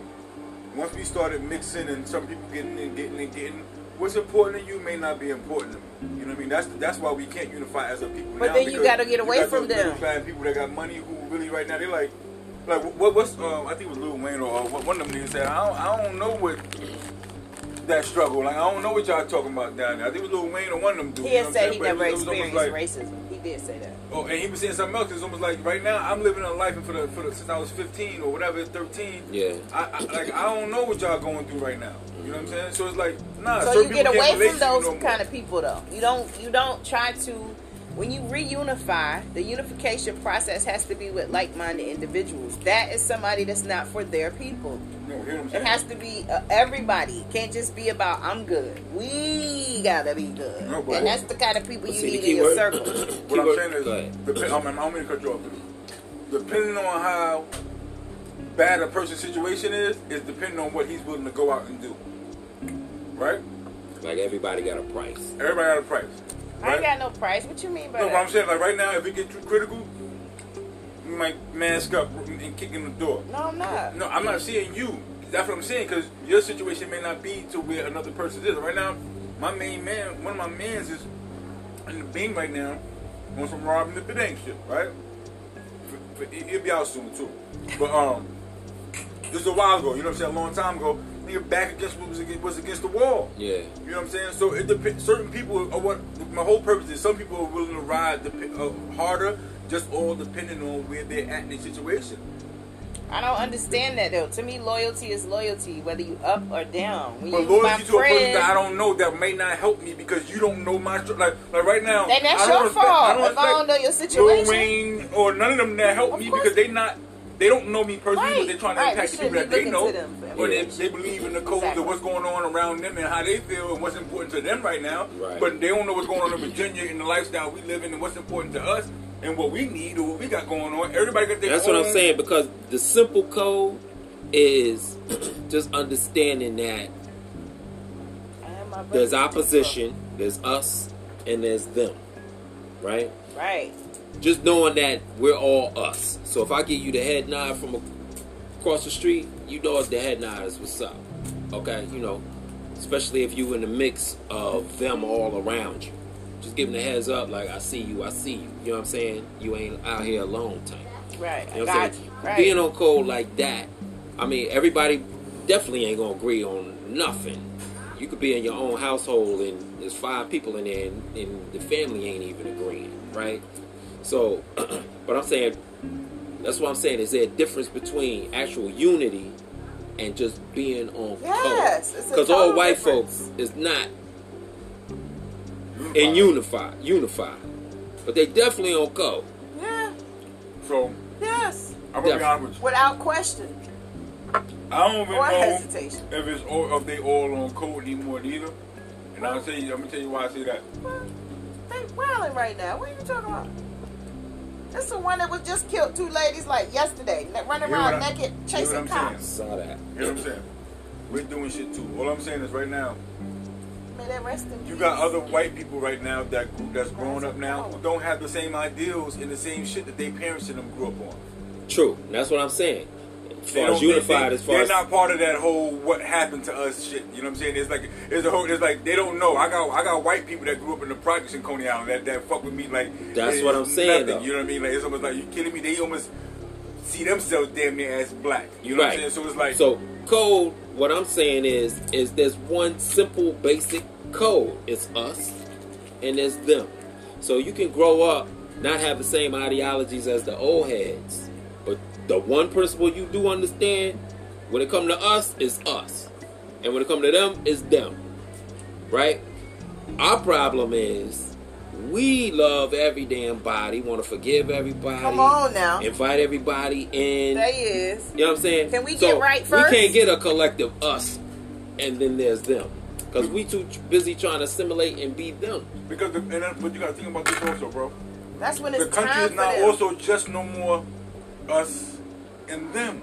Once we started mixing and some people getting in, getting in, getting. What's important to you may not be important to me. You know what I mean? That's that's why we can't unify as a people.
But
now
then you
because
gotta get away
got
from
those
them.
middle-class people that got money who really right now they like, like what what's um I think it was Lil Wayne or uh, one of them niggas said I don't, I don't know what that struggle. Like I don't know what y'all talking about down there. I think it was Lil Wayne or one of them dudes.
He
you know
has
what I'm
said he
saying?
never
But it was- it was almost
experienced
like,
racism. He did say that.
Oh, and he was saying something else. It's almost like right now I'm living a life and for the for the since I was 15 or whatever, 13.
Yeah.
I, I like I don't know what y'all going through right now. You know what I'm saying? So it's like nah.
So
certain
you get
people can't
away
relate
from
to you
those
no more.
kind of people, though. You don't. You don't try to. When you reunify, the unification process has to be with like-minded individuals. That is somebody that's not for their people.
You know, hear what I'm
It
saying?
has to be uh, everybody. It can't just be about I'm good. We gotta be good,
No, but-
and that's the kind of people
But
you
see, the
need
key
in your
word-
circle.
What
Keyword-
I'm saying is,
go ahead.
depend, I'm, I'm gonna cut you off. Depending on how bad a person's situation is, is depending on what he's willing to go out and do. Right?
Like everybody got a price.
Everybody got a price.
I ain't
Right?
got no price. What you mean by
no, but I'm
that?
saying, like right now, if it gets too critical, you might mask up and kick in the door.
no, I'm not.
No, I'm not seeing you. That's what I'm saying, because your situation may not be to where another person is. Right now, my main man, one of my mans is in the beam right now on some robbing the bank shit, right? F- f- it- It'll be out soon, too. But, um, This was a while ago. You know what I'm saying? A long time ago. Nigga, back against what was against, was against the wall.
Yeah.
You know what I'm saying? So it depends. Certain people are what my whole purpose is. Some people are willing to ride the, uh, harder, just all depending on where they're at in the situation.
I don't understand that though. To me, loyalty is loyalty, whether you up or down. When
But
you was my
loyalty to a person
friend-
that I don't know that may not help me because you don't know my str- like like right now.
Then that's
I don't
your
respect- I
fault
don't
if I don't know
respect
your
Lil
situation.
Wayne or none of them that help
Of
me
course.
because they not they don't know me personally,
Right,
but they're trying to
right,
impact
we
the people that
shouldn't
they
be
know,
looking to them for
or they,
information.
they believe in the codes
Exactly.
of what's going on around them and how they feel and what's important to them right now.
Right.
But they don't know what's going on in Virginia and the lifestyle we live in and what's important to us and what we need or what we got going on. Everybody got their
That's what I'm
own-
saying because the simple code is just understanding that
I am my brother.
there's opposition, there's us, and there's them, right?
Right.
Just knowing that we're all us. So if I give you the head nod from across the street, you know it's the head nod is what's up, okay? You know, especially if you in the mix of them all around you. Just give them the heads up, like I see you, I see you. You know what I'm saying? You ain't out here alone, type.
Right. I
You know what I'm
got you.
saying?
Right.
Being on code like that, I mean, everybody definitely ain't gonna agree on nothing. You could be in your own household and there's five people in there and, and the family ain't even agreeing, right? So, but I'm saying, that's what I'm saying. Is there a difference between actual unity and just being on
Yes,
code?
it's a
Because all
total
white
difference.
folks is not in unify, unified, but they definitely on code.
yeah.
So
Yes.
I'm gonna be honest with you.
Without question
I don't
Oh,
even
or
know
hesitation.
if it's all, if they all on code anymore either. And I'll tell you, I'm gonna tell you why I say that.
Well, They wilding right now. What are you talking about? That's the one that was just killed two ladies like yesterday, ne- running
Hear
around
what I-
naked,
hear what
chasing
I'm
I
cops.
saw that.
You know what I'm saying? We're doing shit too. All I'm saying is right now,
May they rest in
you
peace.
got other white people right now that group that's growing up now who don't have the same ideals and the same shit that their parents and them grew up on.
True. That's what I'm saying. As
They
far as
don't- they-
unified,
they,
as far
they're
as
not part of that whole what happened to us shit. You know what I'm saying? It's like it's a whole. It's like they don't know. I got I got white people that grew up in the projects in Coney Island that, that fuck with me like
That's
it's
what I'm saying,
nothing,
though.
You know what I mean? Like it's almost like you kidding me. They almost see themselves damn near as black. You know what I'm saying? So it's like
so code. What I'm saying is, is there's one simple, basic code. It's us, and it's them. So you can grow up not have the same ideologies as the old heads, but the one principle you do understand when it comes to us is us, and when it comes to them is them. Right? Our problem is we love every damn body, want to forgive everybody.
Come on now.
invite everybody in.
They is.
you know what I'm saying?
Can we get right first?
We can't get a collective us, and then there's them, because we too ch- busy trying to assimilate and be them.
because the, and that's, but you gotta think about this also, bro.
That's when it's
the country
time
is
for
now
them.
also just no more us and them.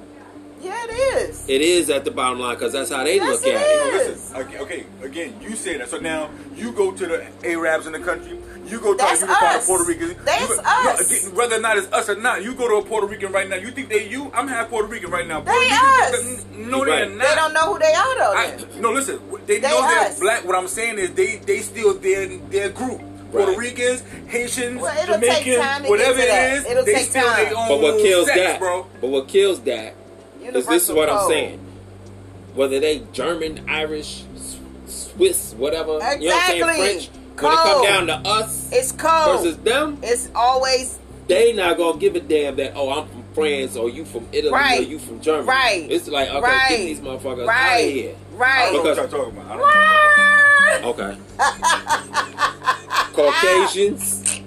yeah, it is.
It is at the bottom line, because that's how they
Yes,
look
it
at
is.
it.
Listen, okay, okay, again, you say that. So now you go to the Arabs in the country. You go talk
That's
you go talk to
us.
Puerto Rican. you
That's
go- you-
us.
again, whether or not it's us or not, you go to a Puerto Rican right now. You think they you? I'm half Puto Rican right now.
They
Puerto Rican-
us.
No,
Right.
they're
They
not.
They don't know who they are though.
I,
then.
no, listen. They,
They
know
us.
they're black. What I'm saying is they they still their their group. Puerto
Right.
Ricans, Haitians,
Well, it'll take time
Jamaicans,
to
whatever
get to
it
that.
is,
It'll
they
take
still
time.
their own
But what kills
sex,
that?
bro.
But what kills that is this is
Universal
what I'm
code.
saying. Whether they German, Irish, S- Swiss, whatever, you know what I'm
Exactly.
saying, French. When it come
Code.
down to us
It's cold.
versus them,
it's always
they not gonna give a damn that oh I'm from France or you from Italy or
Right.
you from Germany.
Right.
It's like okay,
Right.
get these motherfuckers out of
right.
here.
I don't know
Right.
what y'all talking about. I don't- Oh.
Okay. Caucasians,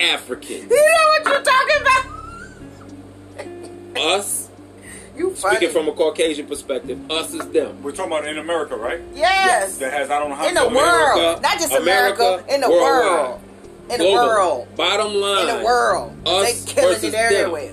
Africans,
You know what you're talking about?
us.
You funny.
Speaking from a Caucasian perspective, us is them.
We're talking about in America, right?
yes.
That has I don't know how
in the
many-
world, not just America,
America,
in the
worldwide.
world, in the
Global.
world,
Bottom line.
in the world,
Us
they killing
versus
it
them.
everywhere.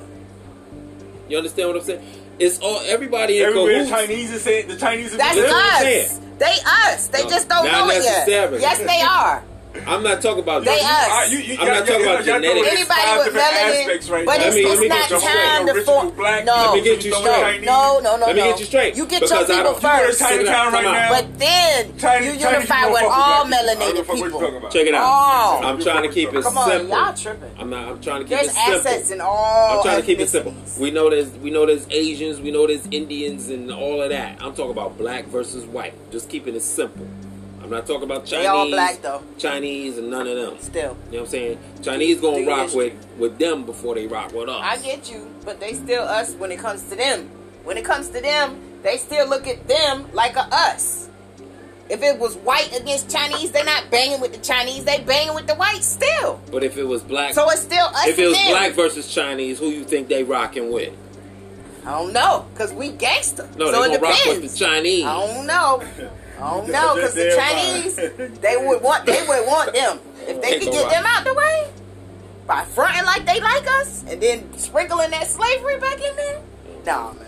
You understand what I'm saying? It's all everybody in
Everywhere the
cahoots.
Chinese is saying the Chinese is
That's
That's what I'm
us.
saying.
They us. They
No,
just don't
not
know it yet.
necessarily.
Yes, they are.
I'm not talking about
They
that.
us.
Ah, you- you-
I'm
y'all-
not talking
y'all-
about
y'all throwing
genetics.
in five
Anybody with
different
melanin,
aspects right
but it's,
now.
Let me-
it's
let me
not
get you straight.
time to
Original
form.
black,
no,
Let me get you
No,
straight.
no, no, no.
Let me
no.
get you straight.
You get
Because I
your people
don't- You go
to
first,
Chinatown
Come
right
on.
now.
but then
China-
you
Chinese
unify
people
with
don't fuck
all
black people. I don't
melanated
give a fuck what you
people.
talking about.
Check it out.
Oh.
I'm trying to keep it
Come on,
simple.
y'all tripping.
I'm not. I'm trying to keep
There's
it simple.
assets in all.
I'm trying to keep it simple.
ethnicities.
We know there's we know there's Asians, we know there's Indians, and all of that. I'm talking about black versus white. Just keeping it simple. I'm not talking about Chinese,
They all black, though.
Chinese, and none of them.
Still,
You know what I'm saying? Chinese gonna
Do your
rock with
history.
with them before they rock with us.
I get you, but they still us when it comes to them. When it comes to them, they still look at them like a us. If it was white against Chinese, they're not banging with the Chinese. They banging with the white still.
But if it was black,
So it's still us.
if it was
and them.
black versus Chinese, who you think they rocking with?
I don't know, cause we gangster.
No,
so
they
it
gonna rock with
depends.
the Chinese.
I don't know. I don't know, cause the
They're
Chinese,
fine.
they would want, they would want them if
They
they could
gonna rock.
get them out the way by fronting like they like us and then sprinkling that slavery back in there. Nah, man.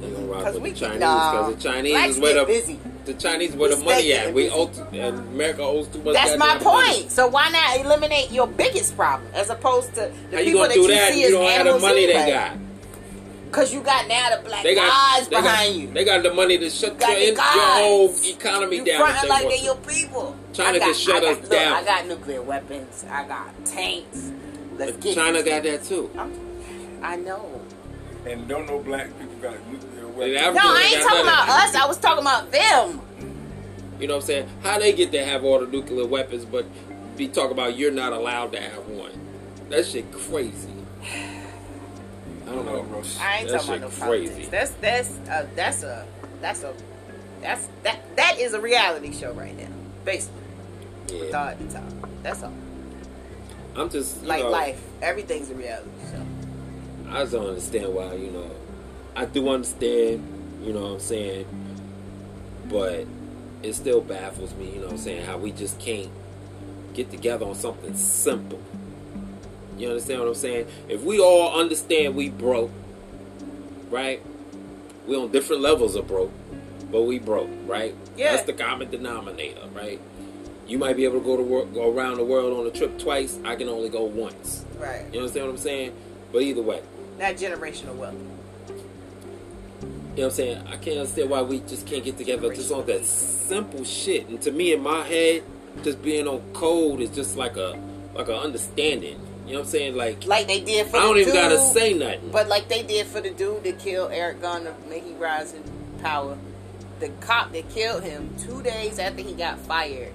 They gonna rock
Cause
with
we-
the Chinese
nah.
because the Chinese
Blacks
is where
get
the
busy.
the Chinese where
We
the money
stay
at. We
busy.
owe t- and America owes too much.
That's my
goddamn money.
point. So why not eliminate your biggest problem as opposed to the
How you
people
gonna
that
do
you
that?
see
You
as
don't have the
animals
money
anyway?
they got.
Cause you got now the black
They got
eyes
they got-
behind you.
They got the money to shut
got
your,
the
in, your
guys.
whole economy
you
down. if
fronting like
want
they
to.
your people.
China
I got,
can shut
I got,
us
look,
down.
I got nuclear weapons. I got tanks. Let's
But
get
China
it.
got that too.
I'm- I know.
And don't know black people got nuclear
They
weapons.
African,
No, I
they
ain't
got
talking
none of
about
that.
us. I was talking about them.
You know what I'm saying? How they get to have all the nuclear weapons, but be talking about you're not allowed to have one. That shit crazy. I don't know, bro.
I ain't
that
talking
shit
about no
crazy.
politics. That's that's uh, that's a that's a that's that that is a reality show right now. Basically, with
Yeah.
all at the top. That's all.
I'm just you
Like
know,
life, everything's a reality show.
I just don't understand why, you know. I do understand, you know what I'm saying, but it still baffles me, you know what I'm saying, how we just can't get together on something simple. You understand what I'm saying? If we all understand we broke, right? We on different levels of broke, but we broke, right?
Yeah.
That's the common denominator, right? You might be able to go to work, go around the world on a trip twice. I can only go once.
Right.
You understand what I'm saying? But either way,
Not generational wealth.
you know what I'm saying? I can't understand why we just can't get together just on that simple shit. And to me, in my head, just being on code is just like a like a understanding. You know what I'm saying? Like I
Like they did for
don't
the
even
dude,
gotta say nothing.
But like they did for the dude that killed Eric Garner, may he rise in power. The cop that killed him two days after he got fired,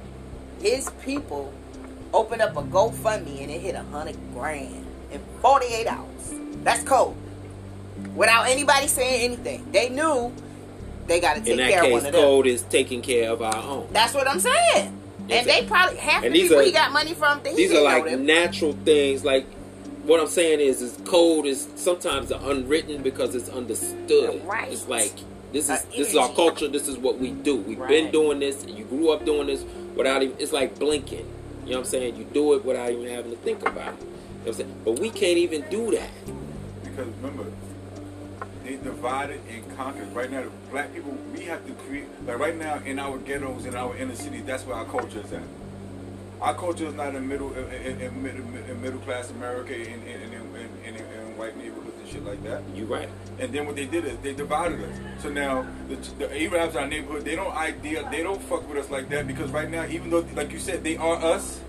his people opened up a GoFundMe and it hit a hundred grand in forty eight hours. That's cold. Without anybody saying anything, they knew they got to take
in that
care of
case,
one of them.
code is taking care of our own.
That's what I'm saying.
Yes,
And they probably half
and
the
these
people
are-
he got money from. They
These are
didn't know
like
them.
natural things. Like what I'm saying is, is code is sometimes unwritten because it's understood.
Right.
It's like this
Our
is this is our
energy.
culture. This is what we do. We've been
Right.
doing this. and You grew up doing this without even. It's like blinking. You know what I'm saying? You do it without even having to think about it. You know what I'm saying? But we can't even do that.
Because remember, they divided and conquered. Right now, the black people, we have to create. Like right now, in our ghettos, in our inner cities, that's where our culture is at. Our culture is not in middle, in, in, in middle, in middle class America, and in, in, in, in, in, in white neighborhoods and shit like that.
You right?
And then what they did is they divided us. So now the, the Arabs in our neighborhood, they don't idea, they don't fuck with us like that because right now, even though like you said, they are us,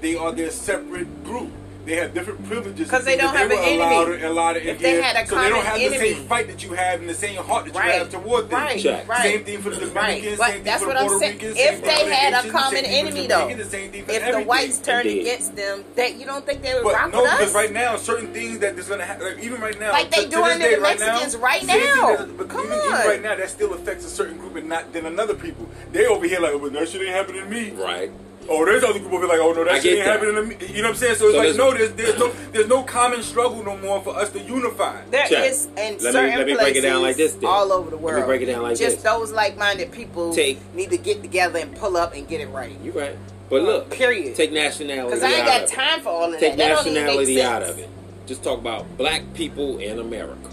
they are their separate group. They have different privileges
'Cause they
because
don't have
were
an
allowed,
enemy.
Allowed to
If they
engage.
had a
so they don't
common
have the
enemy.
same fight that you have and the same heart that you
Right,
have toward them.
right,
Check.
right.
Same thing for the Dominicans.
Right,
same
but
thing
that's
for the
what I'm
Puerto
saying.
Ricans. same
If
thing for
they
the
had a
Haitians,
common
same thing for
enemy
the
though,
Dominicans,
if
the same thing for
the
everything.
whites turned
Indeed.
against them, that you don't think they would
But
rock
no,
with
because
us?
right now, certain things that is gonna happen, like even right now,
Like they
to-
doing
this
to the
day right
Mexicans
now,
right
same thing
now.
that- but
Come
even, even
on.
right now, that still affects a certain group and not than another people. They over here like, well, that shit ain't happening to me.
Right.
Oh, there's other people be like, oh no,
I
that shit
get
ain't
that.
happening to me. You know what I'm saying? So it's
So there's-
like, no, there's there's no there's no common struggle no more for us to unify.
There is
Check.
in
Let me-
certain
let me
places
break it down like this then.
all over the
Let me
world.
break it down like this.
Just those like-minded people
Take-
need to get together and pull up and get it right.
You right? But look,
Uh, Period.
Take nationality.
Because I ain't
out
got
of it.
time for all of
take
that. That don't even make
nationality out
sense.
of it. Just talk about black people in America,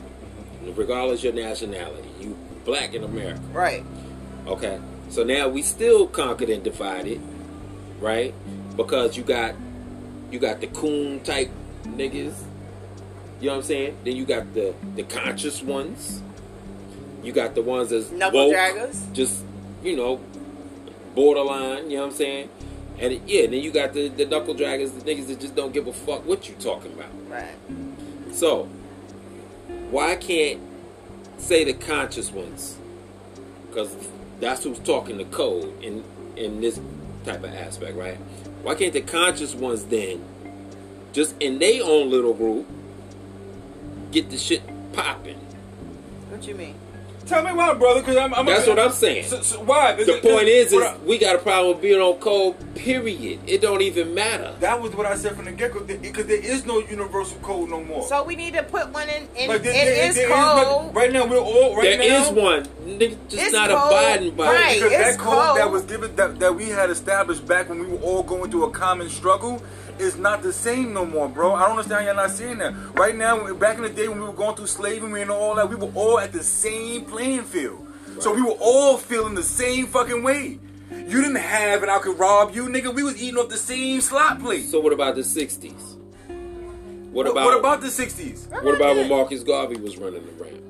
regardless your nationality. You black in America,
Right.
okay? So now we still conquered and divided, right? because you got you got the coon type niggas. You know what I'm saying? Then you got the the conscious ones. You got the ones that's
Knuckle
woke,
draggers?
just you know, borderline. You know what I'm saying? And yeah, then you got the the knuckle draggers, the niggas that just don't give a fuck what you talking about.
Right.
So, why can't say the conscious ones? Because that's who's talking the code in in this type of aspect, right? Why can't the conscious ones then, just in their own little group, get the shit popping?
What you mean?
Tell me why, brother, because I'm, I'm.
That's what I'm saying.
So, so why?
The point is, is we got a problem with being on code. Period. It don't even matter.
that was what I said from the get go. Because there is no universal code no more.
So we need to put one in. in
Like, there-
it
there-
is
there
cold.
no- right now, we're all right
There
now.
is one. Niggas just
It's
not
code.
abiding by
Right.
it.
Because
It's
that code that
cold.
was given that, that we had established back when we were all going through a common struggle is not the same no more, bro. I don't understand how y'all not seeing that. Right now, back in the day when we were going through slavery and all that, we were all at the same playing field. So we were all feeling the same fucking way. You didn't have and I could rob you, nigga. We was eating off the same slot plate.
So what about the '60s? What about
what about the 60s?
What about when Marcus Garvey was running around?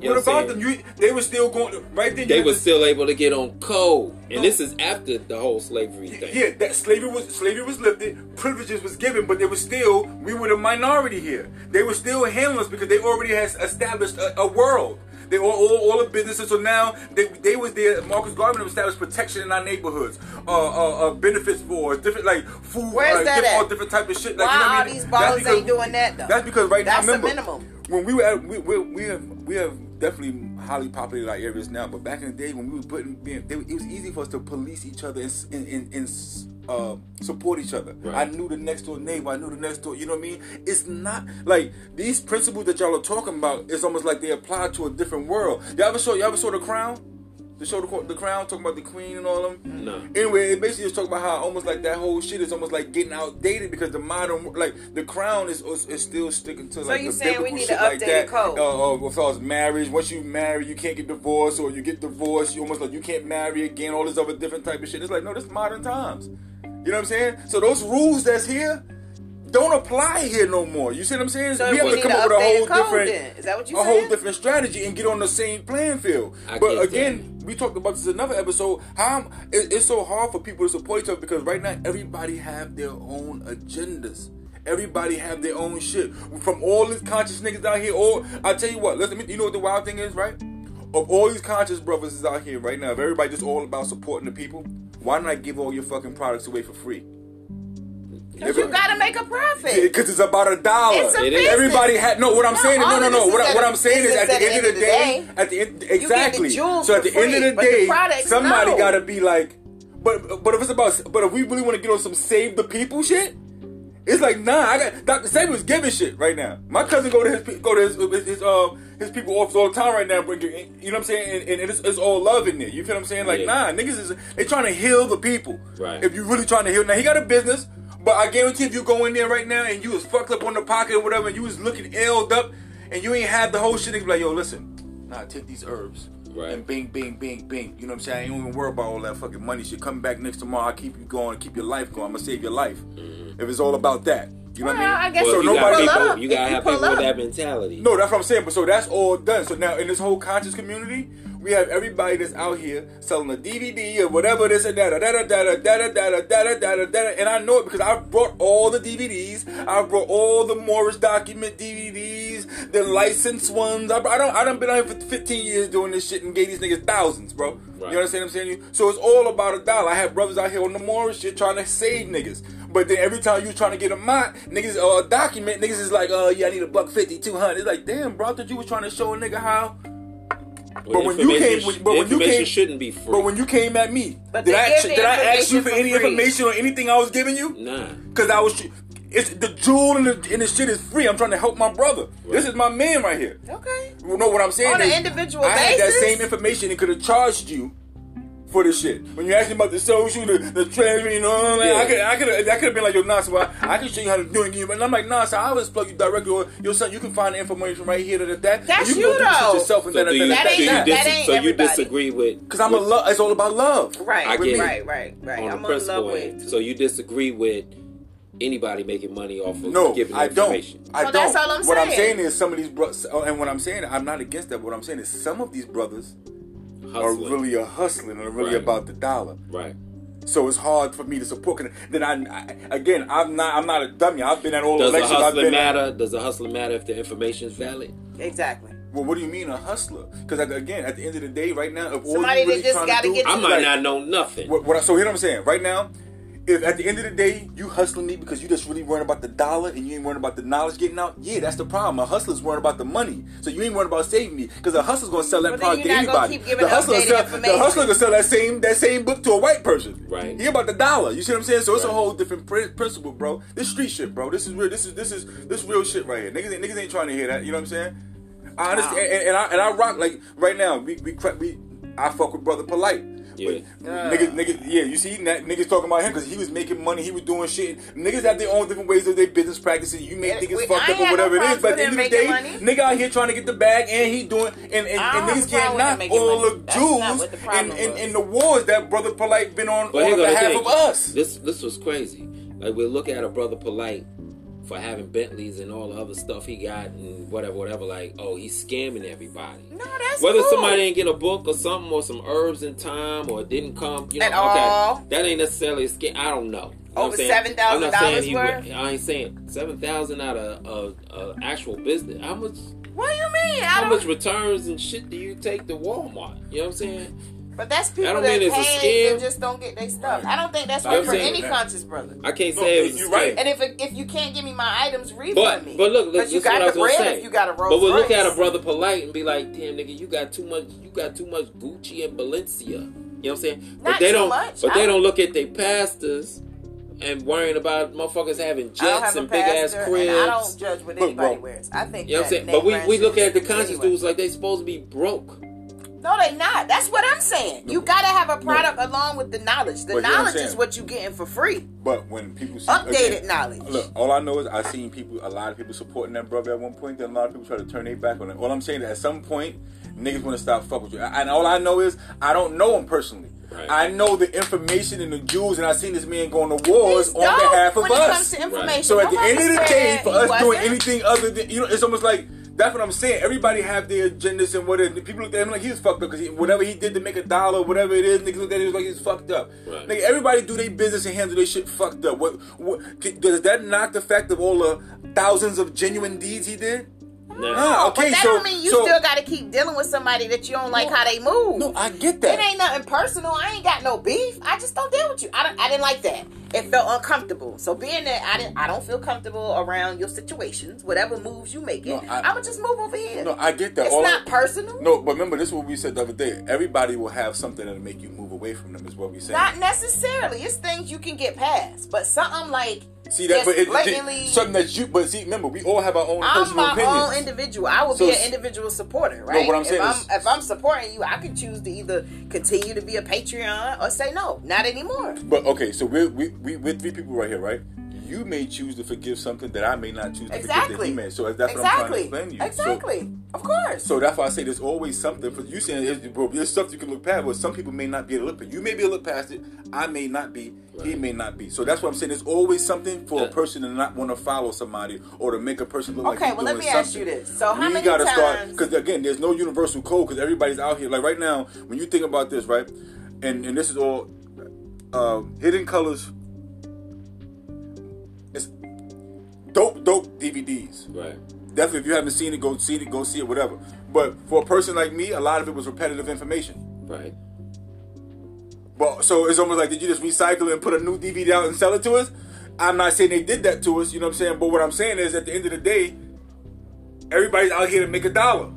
You know
what about
I'm
them?
saying?
You, they were still going right then. you
They
had
were
to-
still able to get on code,
No.
and this is after the whole slavery thing.
Yeah, that slavery was slavery was lifted, privileges was given, but they were still we were the minority here. They were still handless because they already had established a, a world. They all, all all the businesses. So now they, they was there. Marcus Garvin established protection in our neighborhoods, uh, uh, uh benefits for us, different like food,
Where's
uh,
that
different,
at?
all different type of shit. Like,
Why
you know what I
all
mean?
these
That's
ballers
because-
ain't doing that though?
That's because right
That's
now,
the
remember,
minimum.
when we were at, we, we, we have we have definitely highly populated our areas now, but back in the day when we were putting, being, they, it was easy for us to police each other and s- and, and, and s- uh, support each other.
Right.
I knew the next door neighbor. I knew the next door. You know what I mean? It's not like these principles that y'all are talking about. It's almost like they apply to a different world. Y'all ever saw? Y'all ever saw the Crown? The show, the, Co- the Crown, talking about the Queen and all of them.
No.
Anyway, it basically just talking about how almost like that whole shit is almost like getting outdated because the modern, wor- like the Crown is is is still sticking to like
you
the
saying we
biblical
need
shit
an
like
updated
that.
code?
Uh, uh, as far as marriage, once you marry, you can't get divorced, or you get divorced, you almost like you can't marry again. All this other different type of shit. It's like no, this is modern times. You know what I'm saying? So those rules that's here don't apply here no more. You see what I'm saying?
So we need an updated code then. Is that what you
a whole
saying?
different strategy and get on the same playing field.
I
but
get
again, we talked about this in another episode. How I'm- it, it's so hard for people to support each other because right now everybody have their own agendas. Everybody have their own shit. From all these conscious niggas out here, all I tell you what, let's you know what the wild thing is, right? Of all these conscious brothers is out here right now, if everybody just all about supporting the people, why not give all your fucking products away for free?
But you gotta make a profit.
Because it's about a dollar.
It's a
It is.
Everybody had no. What I'm
No,
saying, is, no,
all
no,
of
no.
this
What,
is
I, what
at-
I'm saying
this
is, at the end of the day,
day,
at the end,
the
exactly.
jewels
so at
for
the end of
free,
the
but the
day,
products,
somebody
no.
gotta be like, but but if it's about, but if we really want to get on some save the people shit. It's like nah, I got Dr. Saban's giving shit right now. My cousin go to his pe- go to his his, his, uh, his people office all the time right now. Bring you know what I'm saying, and, and it's, it's all love in there. You feel what I'm saying? Like
Yeah.
nah, niggas is they trying to heal the people.
Right.
If you really trying to heal, now he got a business, but I guarantee if you go in there right now and you was fucked up on the pocket or whatever, and you was looking illed up, and you ain't had the whole shit, they be like, yo, listen, nah, take these herbs.
Right.
And bing, bing, bing, bing. You know what I'm saying? I ain't even worry about all that fucking money shit. Come back next tomorrow. I keep you going. Keep your life going. I'm gonna save your life. If it's all about that, you know
Well,
what I mean?
I guess
Mm-hmm. Well,
so
if
you got
nobody.
pull
people,
up,
you
if
gotta
you
have
pull
people
up.
with that mentality.
No, that's what I'm saying. But so that's all done. So now in this whole conscious community, we have everybody that's out here selling a DVD or whatever this and that, da da da da da da da da da da da da. And I know it because I brought all the DVDs. I brought all the Morris document DVDs, the licensed ones. I, I don't. I done been out here for 15 years doing this shit and gave these niggas thousands, bro.
Right.
You understand what I'm saying? So it's all about a dollar. I have brothers out here on the Morris shit trying to save niggas. But then every time you trying to get a mot, niggas or a document, niggas is like, oh yeah, I need a buck fifty, two hundred. It's like, damn, bro, I thought you was trying to show a nigga how. But when you
information
came,
sh-
when- but when you
information
came,
shouldn't be free.
But when you came at me,
But
did
they
I
give
ask-
the
did I ask you for
information
any
for free.
information or anything I was giving you?
nah,
Cause I was, it's the jewel and the, and the shit is free. I'm trying to help my brother. This is my man right here.
Okay.
You know what I'm saying?
On an
is
individual
I had that
basis?
same information and could have charged you for this shit. When you ask me about the social, the, the treasury, you know, like,
Yeah.
I could, I could, I could have been like, yo, nah, so I, I can show you how to do it. And I'm like, nah, so I always plug you directly. Or, yo, son, you can find the information right here. That, that.
That's
and you,
you,
can go do this shit
though.
yourself. And
So
da-
do
da-
you,
da-
That
da-
do you
da-
ain't-
dis-
that ain't
so you
everybody.
disagree with
Cause I'm a
with-
love. It's all about love.
I
Right,
get it.
right, right, right.
on
I'm
the
in love
principle
with.
end. So you disagree with anybody making money off of
No,
giving
I don't.
information.
I
Well,
don't.
that's all I'm
what I'm
saying.
saying is some of these brothers, and what I'm saying, I'm not against that. What I'm saying is some of these brothers
Hustling.
are really a hustling and are really
Right.
about the dollar.
right.
So it's hard for me to support. 'cause Then I, I again, I'm not, I'm not a dummy. I've been at all
Does a
elections. I've
hustler
been. At,
matter? Does a hustler matter if the information is valid?
Exactly.
well, what do you mean a hustler? Because again, at the end of the day, right now, if all
Somebody
you really
that just
trying
gotta
to do,
get
I
to
might
Right.
not know nothing.
What, what I, so here what I'm saying right now, if at the end of the day you hustling me because you just really worrying about the dollar and you ain't worrying about the knowledge getting out, yeah, that's the problem. A hustler's worrying about the money, so you ain't worrying about saving me because a hustler's gonna sell that
But then
product
you're
to
not gonna
anybody.
keep giving
the hustler
outdated
sell, the
information.
hustler can sell that same that same book to a white person.
Right.
He about the dollar. You see what I'm saying? So it's a
Right.
whole different pr- principle, bro. This street shit, bro. This is real. This is this is this real shit right here. Niggas ain't, niggas ain't trying to hear that. You know what I'm saying? I understand,
Wow.
and, and I and I rock like right now. We we cra- we I fuck with brother polite.
Yeah.
But uh, niggas, niggas, yeah, you see, that niggas talking about him because he was making money, he was doing shit. Niggas have their own different ways of their business practices. You may
Yeah,
think
we-
it's
I
fucked
ain't
up or
got no
whatever it is,
problems with
but at the end of
him
the day,
making
nigga out here trying to get the bag and he doing, and, and,
I don't
and
have
niggas
a problem
can't
with him
knock
making
all
money.
the
That's not
Jews
what the problem
and, and,
was.
and the wars that Brother Polite been on
But
on
here go the
behalf
thing.
of us.
This this was crazy. Like we look at a brother polite for having Bentleys and all the other stuff he got and whatever, whatever. Like, oh, he's scamming everybody.
No, that's
Whether
cool.
somebody didn't get a book or something or some herbs in time or it didn't come, you know,
At
okay,
all.
that ain't necessarily a scam. I don't know. You know what I'm
Over
saying? I'm not saying
$7,000
he
worth?
would- I ain't saying seven thousand out of of- of actual business. How much?
What do you mean? I
How
don't.
much returns and shit do you take to Walmart? You know what I'm saying?
but that's people
don't
that,
mean it's a
pay
scam.
and just don't get their stuff. I don't think that's
Like
right
I'm
for
saying
any
that.
conscious brother.
I can't
No,
say it was a
you're
scam.
right.
And if it, if you can't give me my items, refund
But
me.
but look, look
because you
this is what I
got
was
the
gonna
bread
say.
if you got a Rolls
but we'll look
Royce.
at a brother polite and be like, damn nigga, you got too much. You got too much Gucci and Balenciaga. You know what I'm saying? but
Not
they
too
don't.
much.
But they
I-
don't look at their pastors and worrying about motherfuckers having
I don't
jets
have a
and big ass
pastor,
cribs.
And I don't judge what
Look,
anybody
bro.
wears. I think
you know what I'm
that
saying? But we,
name
we
brand
look
should
at the
be
conscious
anyway.
dudes like they supposed to be broke.
No, they not. That's what I'm saying. You gotta have a product along with the knowledge. The
But here's what I'm
knowledge is
saying.
what you getting for free.
But when people see,
Updated
again,
knowledge.
Look, all I know is I seen people, a lot of people supporting that brother at one point. Then a lot of people try to turn their back on it. All I'm saying is at some point, niggas want to stop fuck with you. And all I know is I don't know him personally.
Right.
I know the information in the Jews, and I seen this man going to wars
He's
on
dope
behalf of
when It comes
us.
to information.
So at the
Nobody
end of
said
the day, for
he
us doing
wasn't.
anything other than you know, it's almost like that's what I'm saying. Everybody have their agendas and whatever. People look at him like he was fucked up because whatever he did to make a dollar, whatever it is, niggas look at him like he's fucked up.
Right.
Nigga, everybody do their business and handle their shit fucked up. What, what can- does that knock the fact of all the thousands of genuine deeds he did?
Nah.
Nah,
No,
okay,
Oh, but that
so
don't mean you
so,
still gotta keep dealing with somebody that you don't like how they move.
no, I get that.
it ain't nothing personal. I ain't got no beef. I just don't deal with you. I, don't, I didn't like that. It felt uncomfortable. So being that I didn't, I don't feel comfortable around your situations. Whatever moves you making,
No, I-
I, am gonna just move over here.
No, I get that.
It's
All I-
not personal.
No, but remember this is what we said the other day. Everybody will have something that'll make you move away from them. Is what we said.
Not necessarily. It's things you can get past, but something like
See that,
just
but it,
blatantly.
something that you. But see, remember, we all have our own
I'm
personal
my
opinions.
own individual. I will
So
be
s-
an individual supporter, right?
what I'm saying
if I'm,
is-
if I'm supporting you, I can choose to either continue to be a Patreon or say no, not anymore.
but okay, so we're we, we we're three people right here, right? You may choose to forgive something that I may not choose to forgive that
Exactly.
he may. So that's what I'm trying to
exactly.
explain to you. So-
Exactly. of course.
So, that's why I say there's always something. For you saying it's- well, there's stuff you can look past, but some people may not be able to look past. You may be able to look past it. I may not be. He
Right.
may not be. So that's what I'm saying. There's always something for a
Yeah.
person to not want to follow somebody or to make a person look like
Okay,
he's
well, let
doing
me ask
something.
you this. So how
we
many
gotta start
times-
because again, there's no universal code because everybody's out here. Like right now, when you think about this, right, and and this is all um, hidden colors. It's dope, dope DVDs
Right.
definitely if you haven't seen it, go see it, go see it, whatever. But for a person like me, a lot of it was repetitive information.
Right.
But so it's almost like did you just recycle it and put a new DVD out and sell it to us? I'm not saying they did that to us, you know what I'm saying? But what I'm saying is at the end of the day, everybody's out here to make a dollar.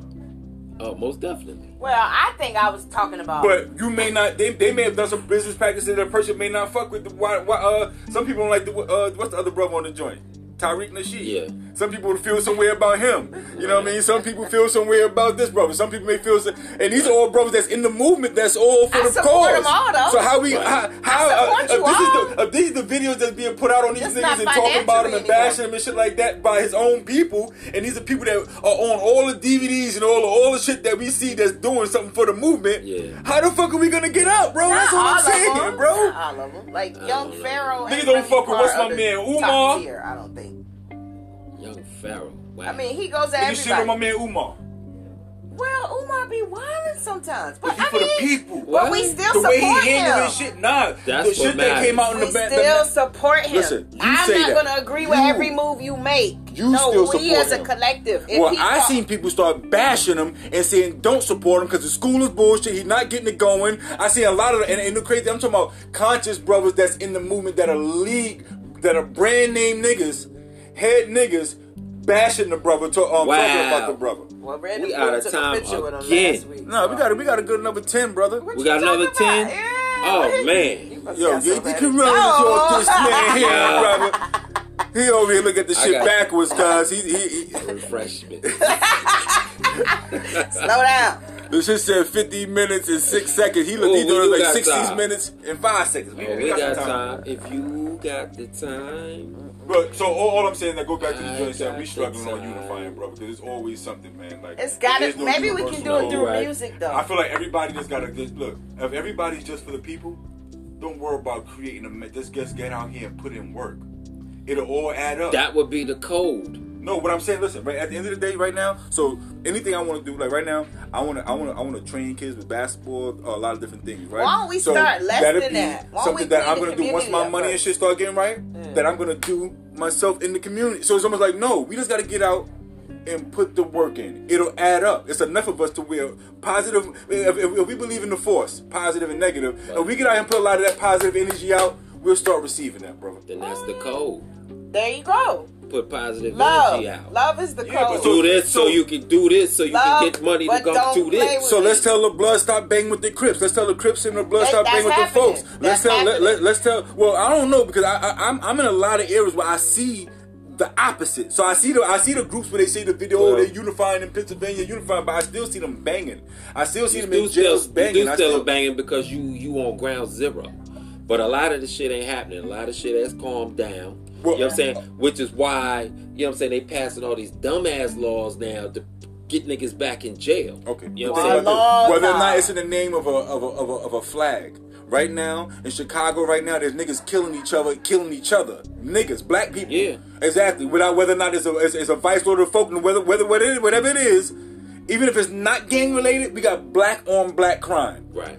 Oh, most definitely.
well, I think I was talking about.
But you may not. They, they may have done some business practices that a person may not fuck with. Why? why uh, some people don't like the. Uh, what's the other brother on the joint? Tyreek Nasheed.
Yeah.
Some people would feel some way about him. You know what I mean? Some people feel some way about this brother. Some people may feel some, and these are all brothers that's in the movement. That's all for
I
the
support
cause.
them all, though.
So how we how, how
I
uh,
support
if
you
this
all.
is the if these are the videos that's being put out on these
Just
niggas
not
and talking about them
financially
and bashing
anymore.
them and shit like that by his own people, and these are people that are on all the DVDs and all all the shit that we see that's doing something for the movement.
Yeah.
How the fuck are we gonna get out, bro? that's
Not
what I'm
all of
saying,
them.
bro.
Not all of them. Like Young
don't know.
Pharaoh.
Niggas
ain't
don't
really
fuck with-
part
what's my
of the
man,
top
Umar?
tier, I don't think.
Young Pharaoh. Wow.
I mean, he goes at
You shit on my
everybody.
man Umar.
Well, Umar be wilding sometimes, but
He
I
for the
mean,
people.
but we
What?
still
the way
support
he handled
him.
his shit, nah.
That's
the
what
shit that
matters.
came out in
We
the back. the
still
ma-
support him.
Listen, you
I'm
say
not
that.
gonna agree with
You-
every move you make.
you
no,
still
we
support
as a
him.
collective. If
well,
he
I
talk-
seen people start bashing him and saying don't support him because the school is bullshit. He's not getting it going. I see a lot of and, and the crazy. I'm talking about conscious brothers that's in the movement that are league, that are brand name niggas, head niggas, bashing the brother, to, um, talking
Wow.
about the brother.
Well, Randy
We
Moore
out of
took
time
a picture with him
again.
last week.
No, we got we got a good number ten, brother.
What
We
you
got another
talking
10?
about? Yeah,
Oh,
what-
man.
You must
Yo,
got Oh. so
get the
bad.
Corona
No.
off this man here, brother. He over here look at the
I
shit
got-
backwards, cause he he. he
refreshment.
Slow down.
This shit said 50 minutes and 6 seconds. He looked,
Oh,
he
we
thought it
do
was like
got
60
time.
minutes and 5 seconds.
Oh, we got time. If you got the time,
But, so all, all I'm saying, that go back to the
I
joint
got
saying we
the
struggling on
time.
unifying, bro, because it's always something, man. Like
It's got
there's
to.
no
Maybe we can
universal
do it
law.
through
Right.
music, though.
I feel like everybody just gotta just look. If everybody's just for the people, don't worry about creating a. me- Just just get out here and put in work. It'll all add up.
that would be the code.
No, what I'm saying, listen, right at the end of the day, right now, so anything I want to do, like right now, I want to, I want to, I want to train kids with basketball, uh, a lot of different things, right?
Why don't we
So
start less
that'd
than
be
that? Why don't
something
we
that
clean
I'm
the
gonna do once
community
my
up Mm.
money and
first?
shit start getting right, that I'm gonna do myself in the community. So it's almost like, no, we just gotta get out and put the work in. It'll add up. It's enough of us to where positive. If, if, if we believe in the force, positive and negative, if we get out and put a lot of that positive energy out, we'll start receiving that, brother.
Then that's the code.
there you go.
Put positive
Love.
energy out.
Love is the
Yeah, but
code.
so-
Do this so,
so-
you can do this so you
Love,
can get money to
but
go
don't
do
play
this.
with-
So let's tell the blood stop banging with the Crips. Let's tell the Crips and the blood
That-
stop
that's
banging with
happening.
the folks.
That's
Let's tell. Let, let,
happening.
let's tell. Well, I don't know because I, I I'm I'm in a lot of areas where I see the opposite. So I see the I see the groups where they say the video oh,
Well-
they're unifying in Pennsylvania, unifying, but I still see them banging. I still see
You
them in
do still,
jails
you
banging.
do
I
still banging because you you on ground zero. But a lot of the shit ain't happening. A lot of shit has calmed down.
Well-
you know what I'm saying? Which is why, you know what I'm saying, they passing all these dumbass laws now to get niggas back in jail.
Okay.
You know
But
what I'm
Well,
saying?
think about
Law
this. Whether or not
time.
it's in the name of a of a, of a of a flag. Right now in Chicago, right now there's niggas killing each other, killing each other. Niggas, black people.
Yeah.
Exactly. Without whether or not it's a it's, it's a vice lord of folk, and whether whether whether it is, whatever it is, even if it's not gang related, we got black on black crime.
Right.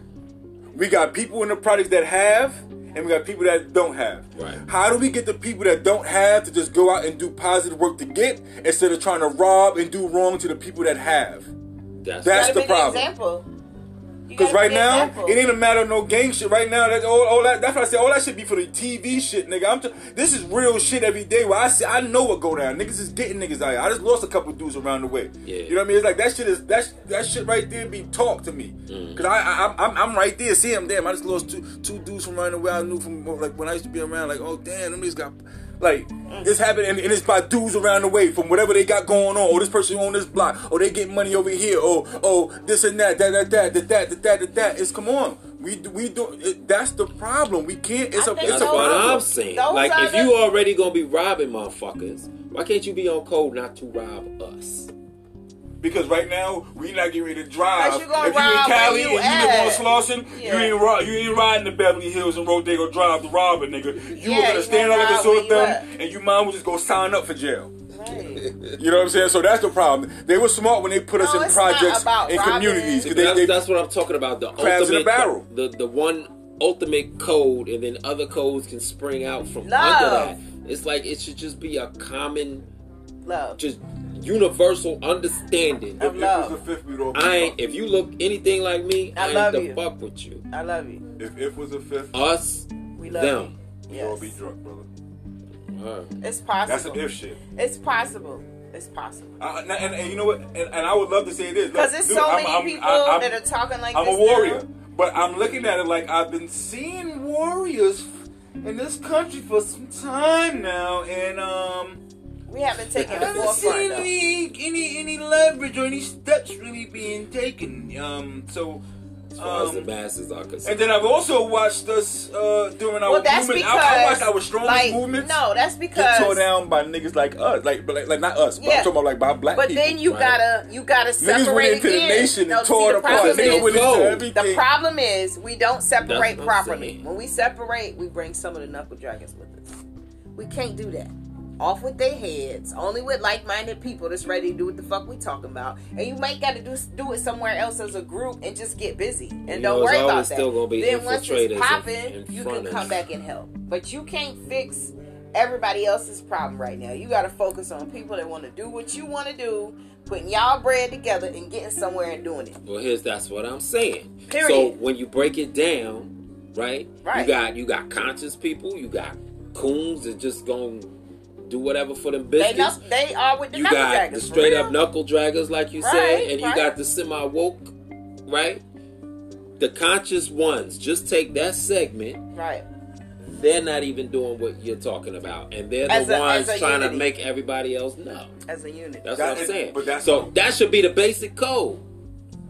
We got people in the products that have, and we got people that don't have.
Right.
How do we get the people that don't have to just go out and do positive work to get instead of trying to rob and do wrong to the people that have?
That's,
That's
Gotta
the
be
problem.
example. You
Because
gotta
right
be the
now,
example.
it ain't a matter of no gang shit. Right now, that all, all that that's what I said. All that shit be for the TV shit, nigga. I'm t- this is real shit every day. Where I see, I know what go down. Niggas is getting niggas out. Here. I just lost a couple dudes around the way.
Yeah.
You know what I mean? It's like that shit is that that shit right there be talk to me.
Mm.
Cause I, I I'm- I'm I'm right there. See him, damn. I just lost two two dudes from around the way. I knew from like when I used to be around. Like oh damn, them niggas got. Like
Mm.
this happened, and, and it's by dudes around the way from whatever they got going on. Or this person on this block. Or they get money over here. Or oh this and that, that that that that that that that that. that. It's come on. We do- we do. It, that's the problem. We can't. It's a
I think
it's
That's
a
those-
what
problem.
I'm saying.
Those
Like,
are
if
the-
you already gonna be robbing motherfuckers, why can't you be on code not to rob us?
Because right now we not getting ready to drive.
But you gonna
if you in
ride where
Cali
you
and you live on
at.
Slauson,
Yeah.
you ain't ri- you ain't riding to Beverly Hills and Rodeo Drive to rob a nigga. You
Yeah,
were gonna
you
stand
gonna
up at the
ride
sort
where
of
you
thumb, and you mom would just go sign up for jail.
Right.
You know what I'm saying? So that's the problem. They were smart when they put us
No,
in
it's not
projects
about
and
robbing.
communities. 'cause
that's,
They, they,
that's what I'm talking about. The
Crabs in a
ultimate,
barrel.
The, the one ultimate code, and then other codes can spring out from
Love.
under that. It's like it should just be a common,
Love.
just universal understanding.
I
if it was
love.
a fifth, we'd all be
I ain't.
fucked.
If you look anything like me,
I
I,
love
ain't the
you.
fuck with you.
I love you.
If it was a fifth,
Us,
We love
them.
you.
we'd all
Yes.
be drunk, brother.
Alright.
It's possible.
That's an if shit.
It's possible. It's possible.
I, and, and, and you know what? And, and I would love to say this
Because
Look,
there's
dude,
so
I'm-
many
I'm-
people
I- I'm-
that are talking like
I'm
this.
a warrior,
now.
but I'm looking at it like I've been seeing warriors in this country for some time now, and um,
We haven't taken
I
the
haven't seen
forefront. though.
any, any any leverage or any steps really being taken. Um, so.
As far as the
Um,
masses are
and
concerned.
then I've also watched us uh, during our
Well, that's
movement.
because
I, I watched our strongest
like,
movements
No, that's
get torn
because.
down by niggas like us, like but like, like not us, but
Yeah.
I'm talking about like by black
But
people.
then you
Right.
gotta you gotta separate
niggas went into
again.
the nation
No,
and
see,
tore it
the
apart.
problem
Niggas
is-
went into
No.
everything.
The problem is we don't separate
That's what I'm
properly.
saying.
When we separate, we bring some of the knuckle dragons with us. We can't do that. Off with their heads. Only with like-minded people that's ready to do what the fuck we talking about. And you might got to do do it somewhere else as a group and just get busy and
You know,
don't
it's
worry about
always
that.
still gonna be
then once
infiltrators
it's
in-
popping, you can
infronters.
come back and help. But you can't fix everybody else's problem right now. You got to focus on people that want to do what you want to do, putting y'all bread together and getting somewhere and doing it.
Well, here's that's what I'm saying.
Period.
So when you break it down, right?
Right.
You got you got conscious people. You got coons that just gonna do whatever for them
They
biscuits.
know, they are with the
you
knuckle
got
dragons,
the
for
straight up
real.
knuckle draggers, like you
Right,
said, and
right.
you got the semi woke, right? The conscious ones. Just take that segment.
Right.
They're not even doing what you're talking about, and they're
As
the
a-
ones
as a
trying
unity.
to make everybody else know.
As a unit.
That's
That
what I'm
is-
saying.
but that's
so
not-
that should be the basic code.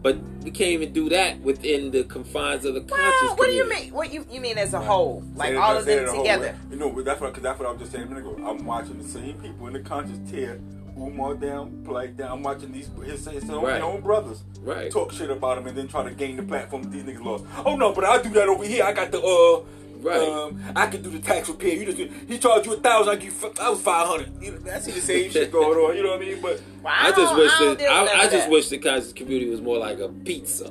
But we can't even do that within the confines of the conscious
Well, what do you
community.
mean? What you you mean as a whole? Like
Say it-
all of
say it
them
the whole
together.
way. You know, but that's what, cause that's what I was just saying a minute ago. I'm watching the same people in the conscious tear Umar down, Blake down. I'm watching these his, his, own,
Right.
their own brothers
Right.
talk shit about him and then try to gain the platform these niggas lost. Oh no, but I do that over here. I got the uh.
Right.
Um, I can do the tax repair. You just do, he charged you a thousand. I give you f- I was five hundred. You know, that's the same shit going on. You know what I mean? But
Well,
I just
don't-
wish
Oh,
that
don't deal with
I,
none
I
of
just
that.
wish the conscious community was more like a pizza,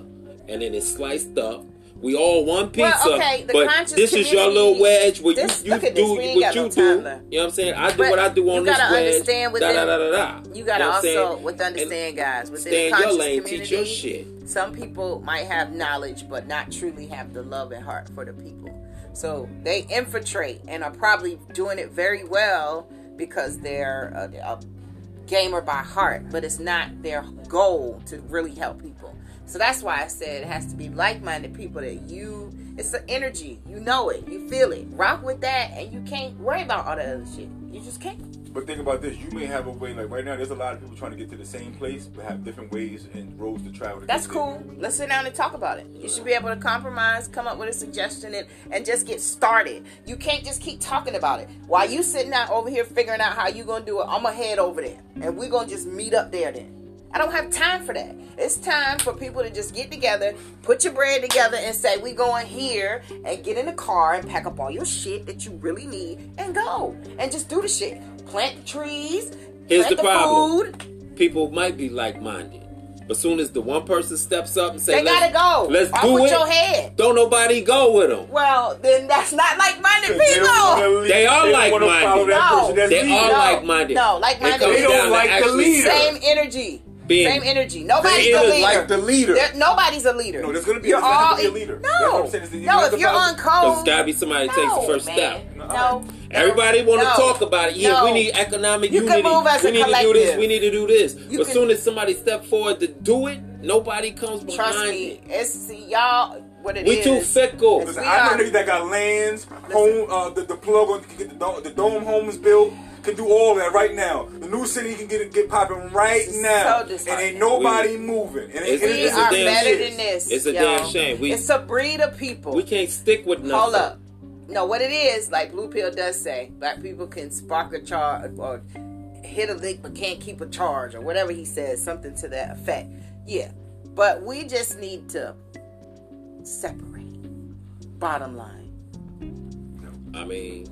and then it's sliced up. We all want pizza,
Well, okay, the
but
conscious
this is your
community-
little wedge. What
this-
you, you
look
do,
at this, we ain't
what
got no
you do.
time left.
You know what I'm saying? I do
But
what I do
you
on this
gotta
wedge.
understand
da,
within-
da, da, da, da. know
You gotta
what I'm
also
saying?
with understand, guys, within
stay in
the
your
conscious
lane,
community,
teach your shit.
some people might have knowledge but not truly have the love and heart for the people. So they infiltrate and are probably doing it very well because they're a, a gamer by heart, but it's not their goal to really help people. So that's why I said it has to be like-minded people that you. It's the energy, you know it, you feel it. Rock with that, and you can't worry about all the other shit. You just can't.
But think about this: you may have a way. Like right now, there's a lot of people trying to get to the same place, but have different ways and roads to travel. To
That's
get there.
cool. Let's sit down and talk about it. You should be able to compromise, come up with a suggestion, and, and just get started. You can't just keep talking about it. While you sitting out over here figuring out how you gonna do it, I'm gonna head over there and we're gonna just meet up there then. I don't have time for that. It's time for people to just get together, put your bread together, and say, we going here, and get in the car and pack up all your shit that you really need and go. And just do the shit. Plant the trees,
Here's
plant
the problem.
food.
People might be like minded. But soon as the one person steps up and say,
They
let's,
gotta go.
let's
Off
do
with
it,
your head.
don't nobody go with them.
Well, then that's not like-minded
They don't wanna
people.
lead-
They are
don't wanna
like-minded.
follow that
No.
person that's
They
leading.
are
No,
like-minded.
no,
It
like-minded
comes
people
down
don't
to
like the
actually
leader.
Same energy.
Being-
Same energy. Nobody's
Being
a leader.
like the leader.
There- nobody's a leader.
No, there's gonna be-
you're
there's gonna
all,
be a leader. That's what
No,
I'm saying, is that you
no.
have
If
to
you're
follow-
on code,
There's gotta be somebody that takes the
no,
first
man.
step.
No,
No.
Everybody want to
no,
talk about it. Yeah,
no.
we need economic
You can
unity.
move as
we
a
need to do
collective.
this. We need to do this.
You
but
can-
soon as somebody step forward to do it, nobody comes behind
Trust me,
it.
it's see, y'all. What it is.
We too fickle.
It's-
Listen,
We
I
are-
know niggas that got lands, home, uh, the, the plug on can get the dome, the dome homes built, can do all that right now. The new city can get it get popping right
This is
now,
so
and
disheartening.
ain't nobody moving. And
It's-
it,
We
it's a
are
damn
better
shame.
than this.
It's a
y'all.
damn shame. We-
it's a breed of people.
We can't stick with nothing.
Hold up. No, what it is, like Blue Pill does say, black people can spark a charge or hit a lick but can't keep a charge or whatever he says, something to that effect. Yeah. But we just need to separate. Bottom line.
I mean,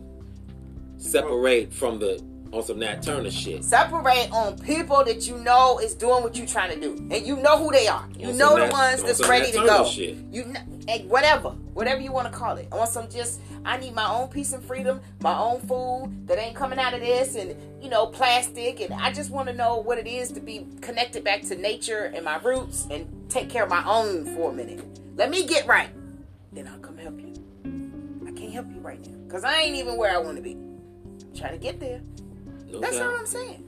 separate from the on some Nat Turner shit.
Separate on people that you know is doing what you're trying to do. And you know who they are. You
On some
know the
Nat-
ones
on
that's
some
ready
Nat
to
Turner
go.
shit.
You kn- eh, whatever. Whatever you want to call it. I want some just I need my own peace and freedom, my own food that ain't coming out of this and you know, plastic and I just want to know what it is to be connected back to nature and my roots and take care of my own for a minute. Let me get right. Then I'll come help you. I can't help you right now. Cause I ain't even where I want to be. I'm trying to get there.
No
That's
doubt.
all I'm saying.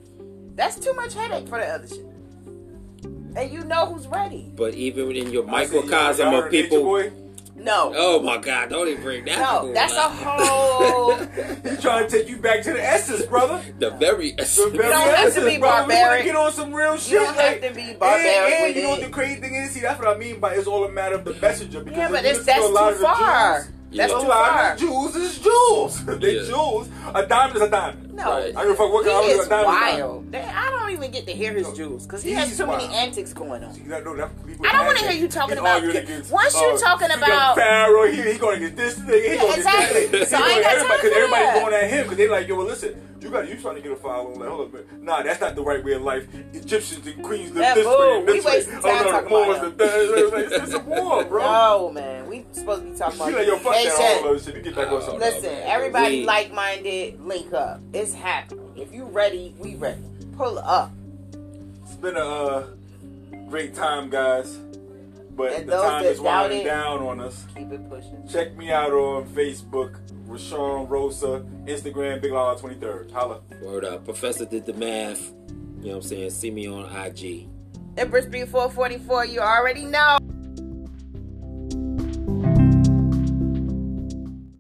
That's too much headache for the other shit. And you know who's ready.
But even in your
I said, y'all-
microcosm
y'all
of
heard Nature
people,
Boy?
No.
Oh my God! Don't even bring that.
No,
fool
that's a
up.
whole.
He's trying to take you back to the essence, brother.
the very.
The very
don't have to
essence,
be
brother. We wanna
barbaric.
Get on some real shit.
don't have
like-
to be barbaric
And,
with
and you know
it.
what the crazy thing is? See, that's what I mean by it's all a matter of the messenger. Because
yeah,
if
but
you
it's,
listen to
that's
a lot
too
of the
far.
Jews-
That's
Yeah.
a
too
lot
far.
of the Jews is Jews. they
Yeah.
Jews. A diamond is a diamond.
No.
Right.
I don't give a fuck what kind of
he is
diamond. is a diamond.
wild. They- I don't even get to hear his jewels because he has
He's
too many
wild.
antics going on.
You gotta know that people
I don't wanna
have
hear you talking
He's
about-
arguing against,
once you talking
Speak of
about-
Pharaoh, he, he gonna get this nigga, he
Yeah,
gonna
exactly.
get that nigga.
So I ain't got time
because
for
everybody's
that.
going at him because they like, yo, well, listen, you got you trying to get a file. I'm like, hold up, man. nah, that's not the right way of life. Egyptians and queens live
Yeah,
this way,
boo.
and this
We
way.
wasting
Oh
time
no,
talking
the Moors,
about Oh
the third. Like, it's, it's a war, bro.
No, man. We supposed to be talking
She
about
like, yo, fuck that
Nation.
all that shit. We get back on something.
Let-
Listen,
Oh, man.
everybody
We-
like minded, link up. It's happening. If you ready, we ready. Pull up.
It's been a uh, great time, guys. But
And
the
those
time
that
is winding
doubted-
down on us.
Keep it pushing.
Check me out on Facebook, Rashawn Rosa, Instagram, Big Lala 23rd. Holla.
Word up. Professor did the math. You know what I'm saying? See me on IG.
Empress B444, you already know.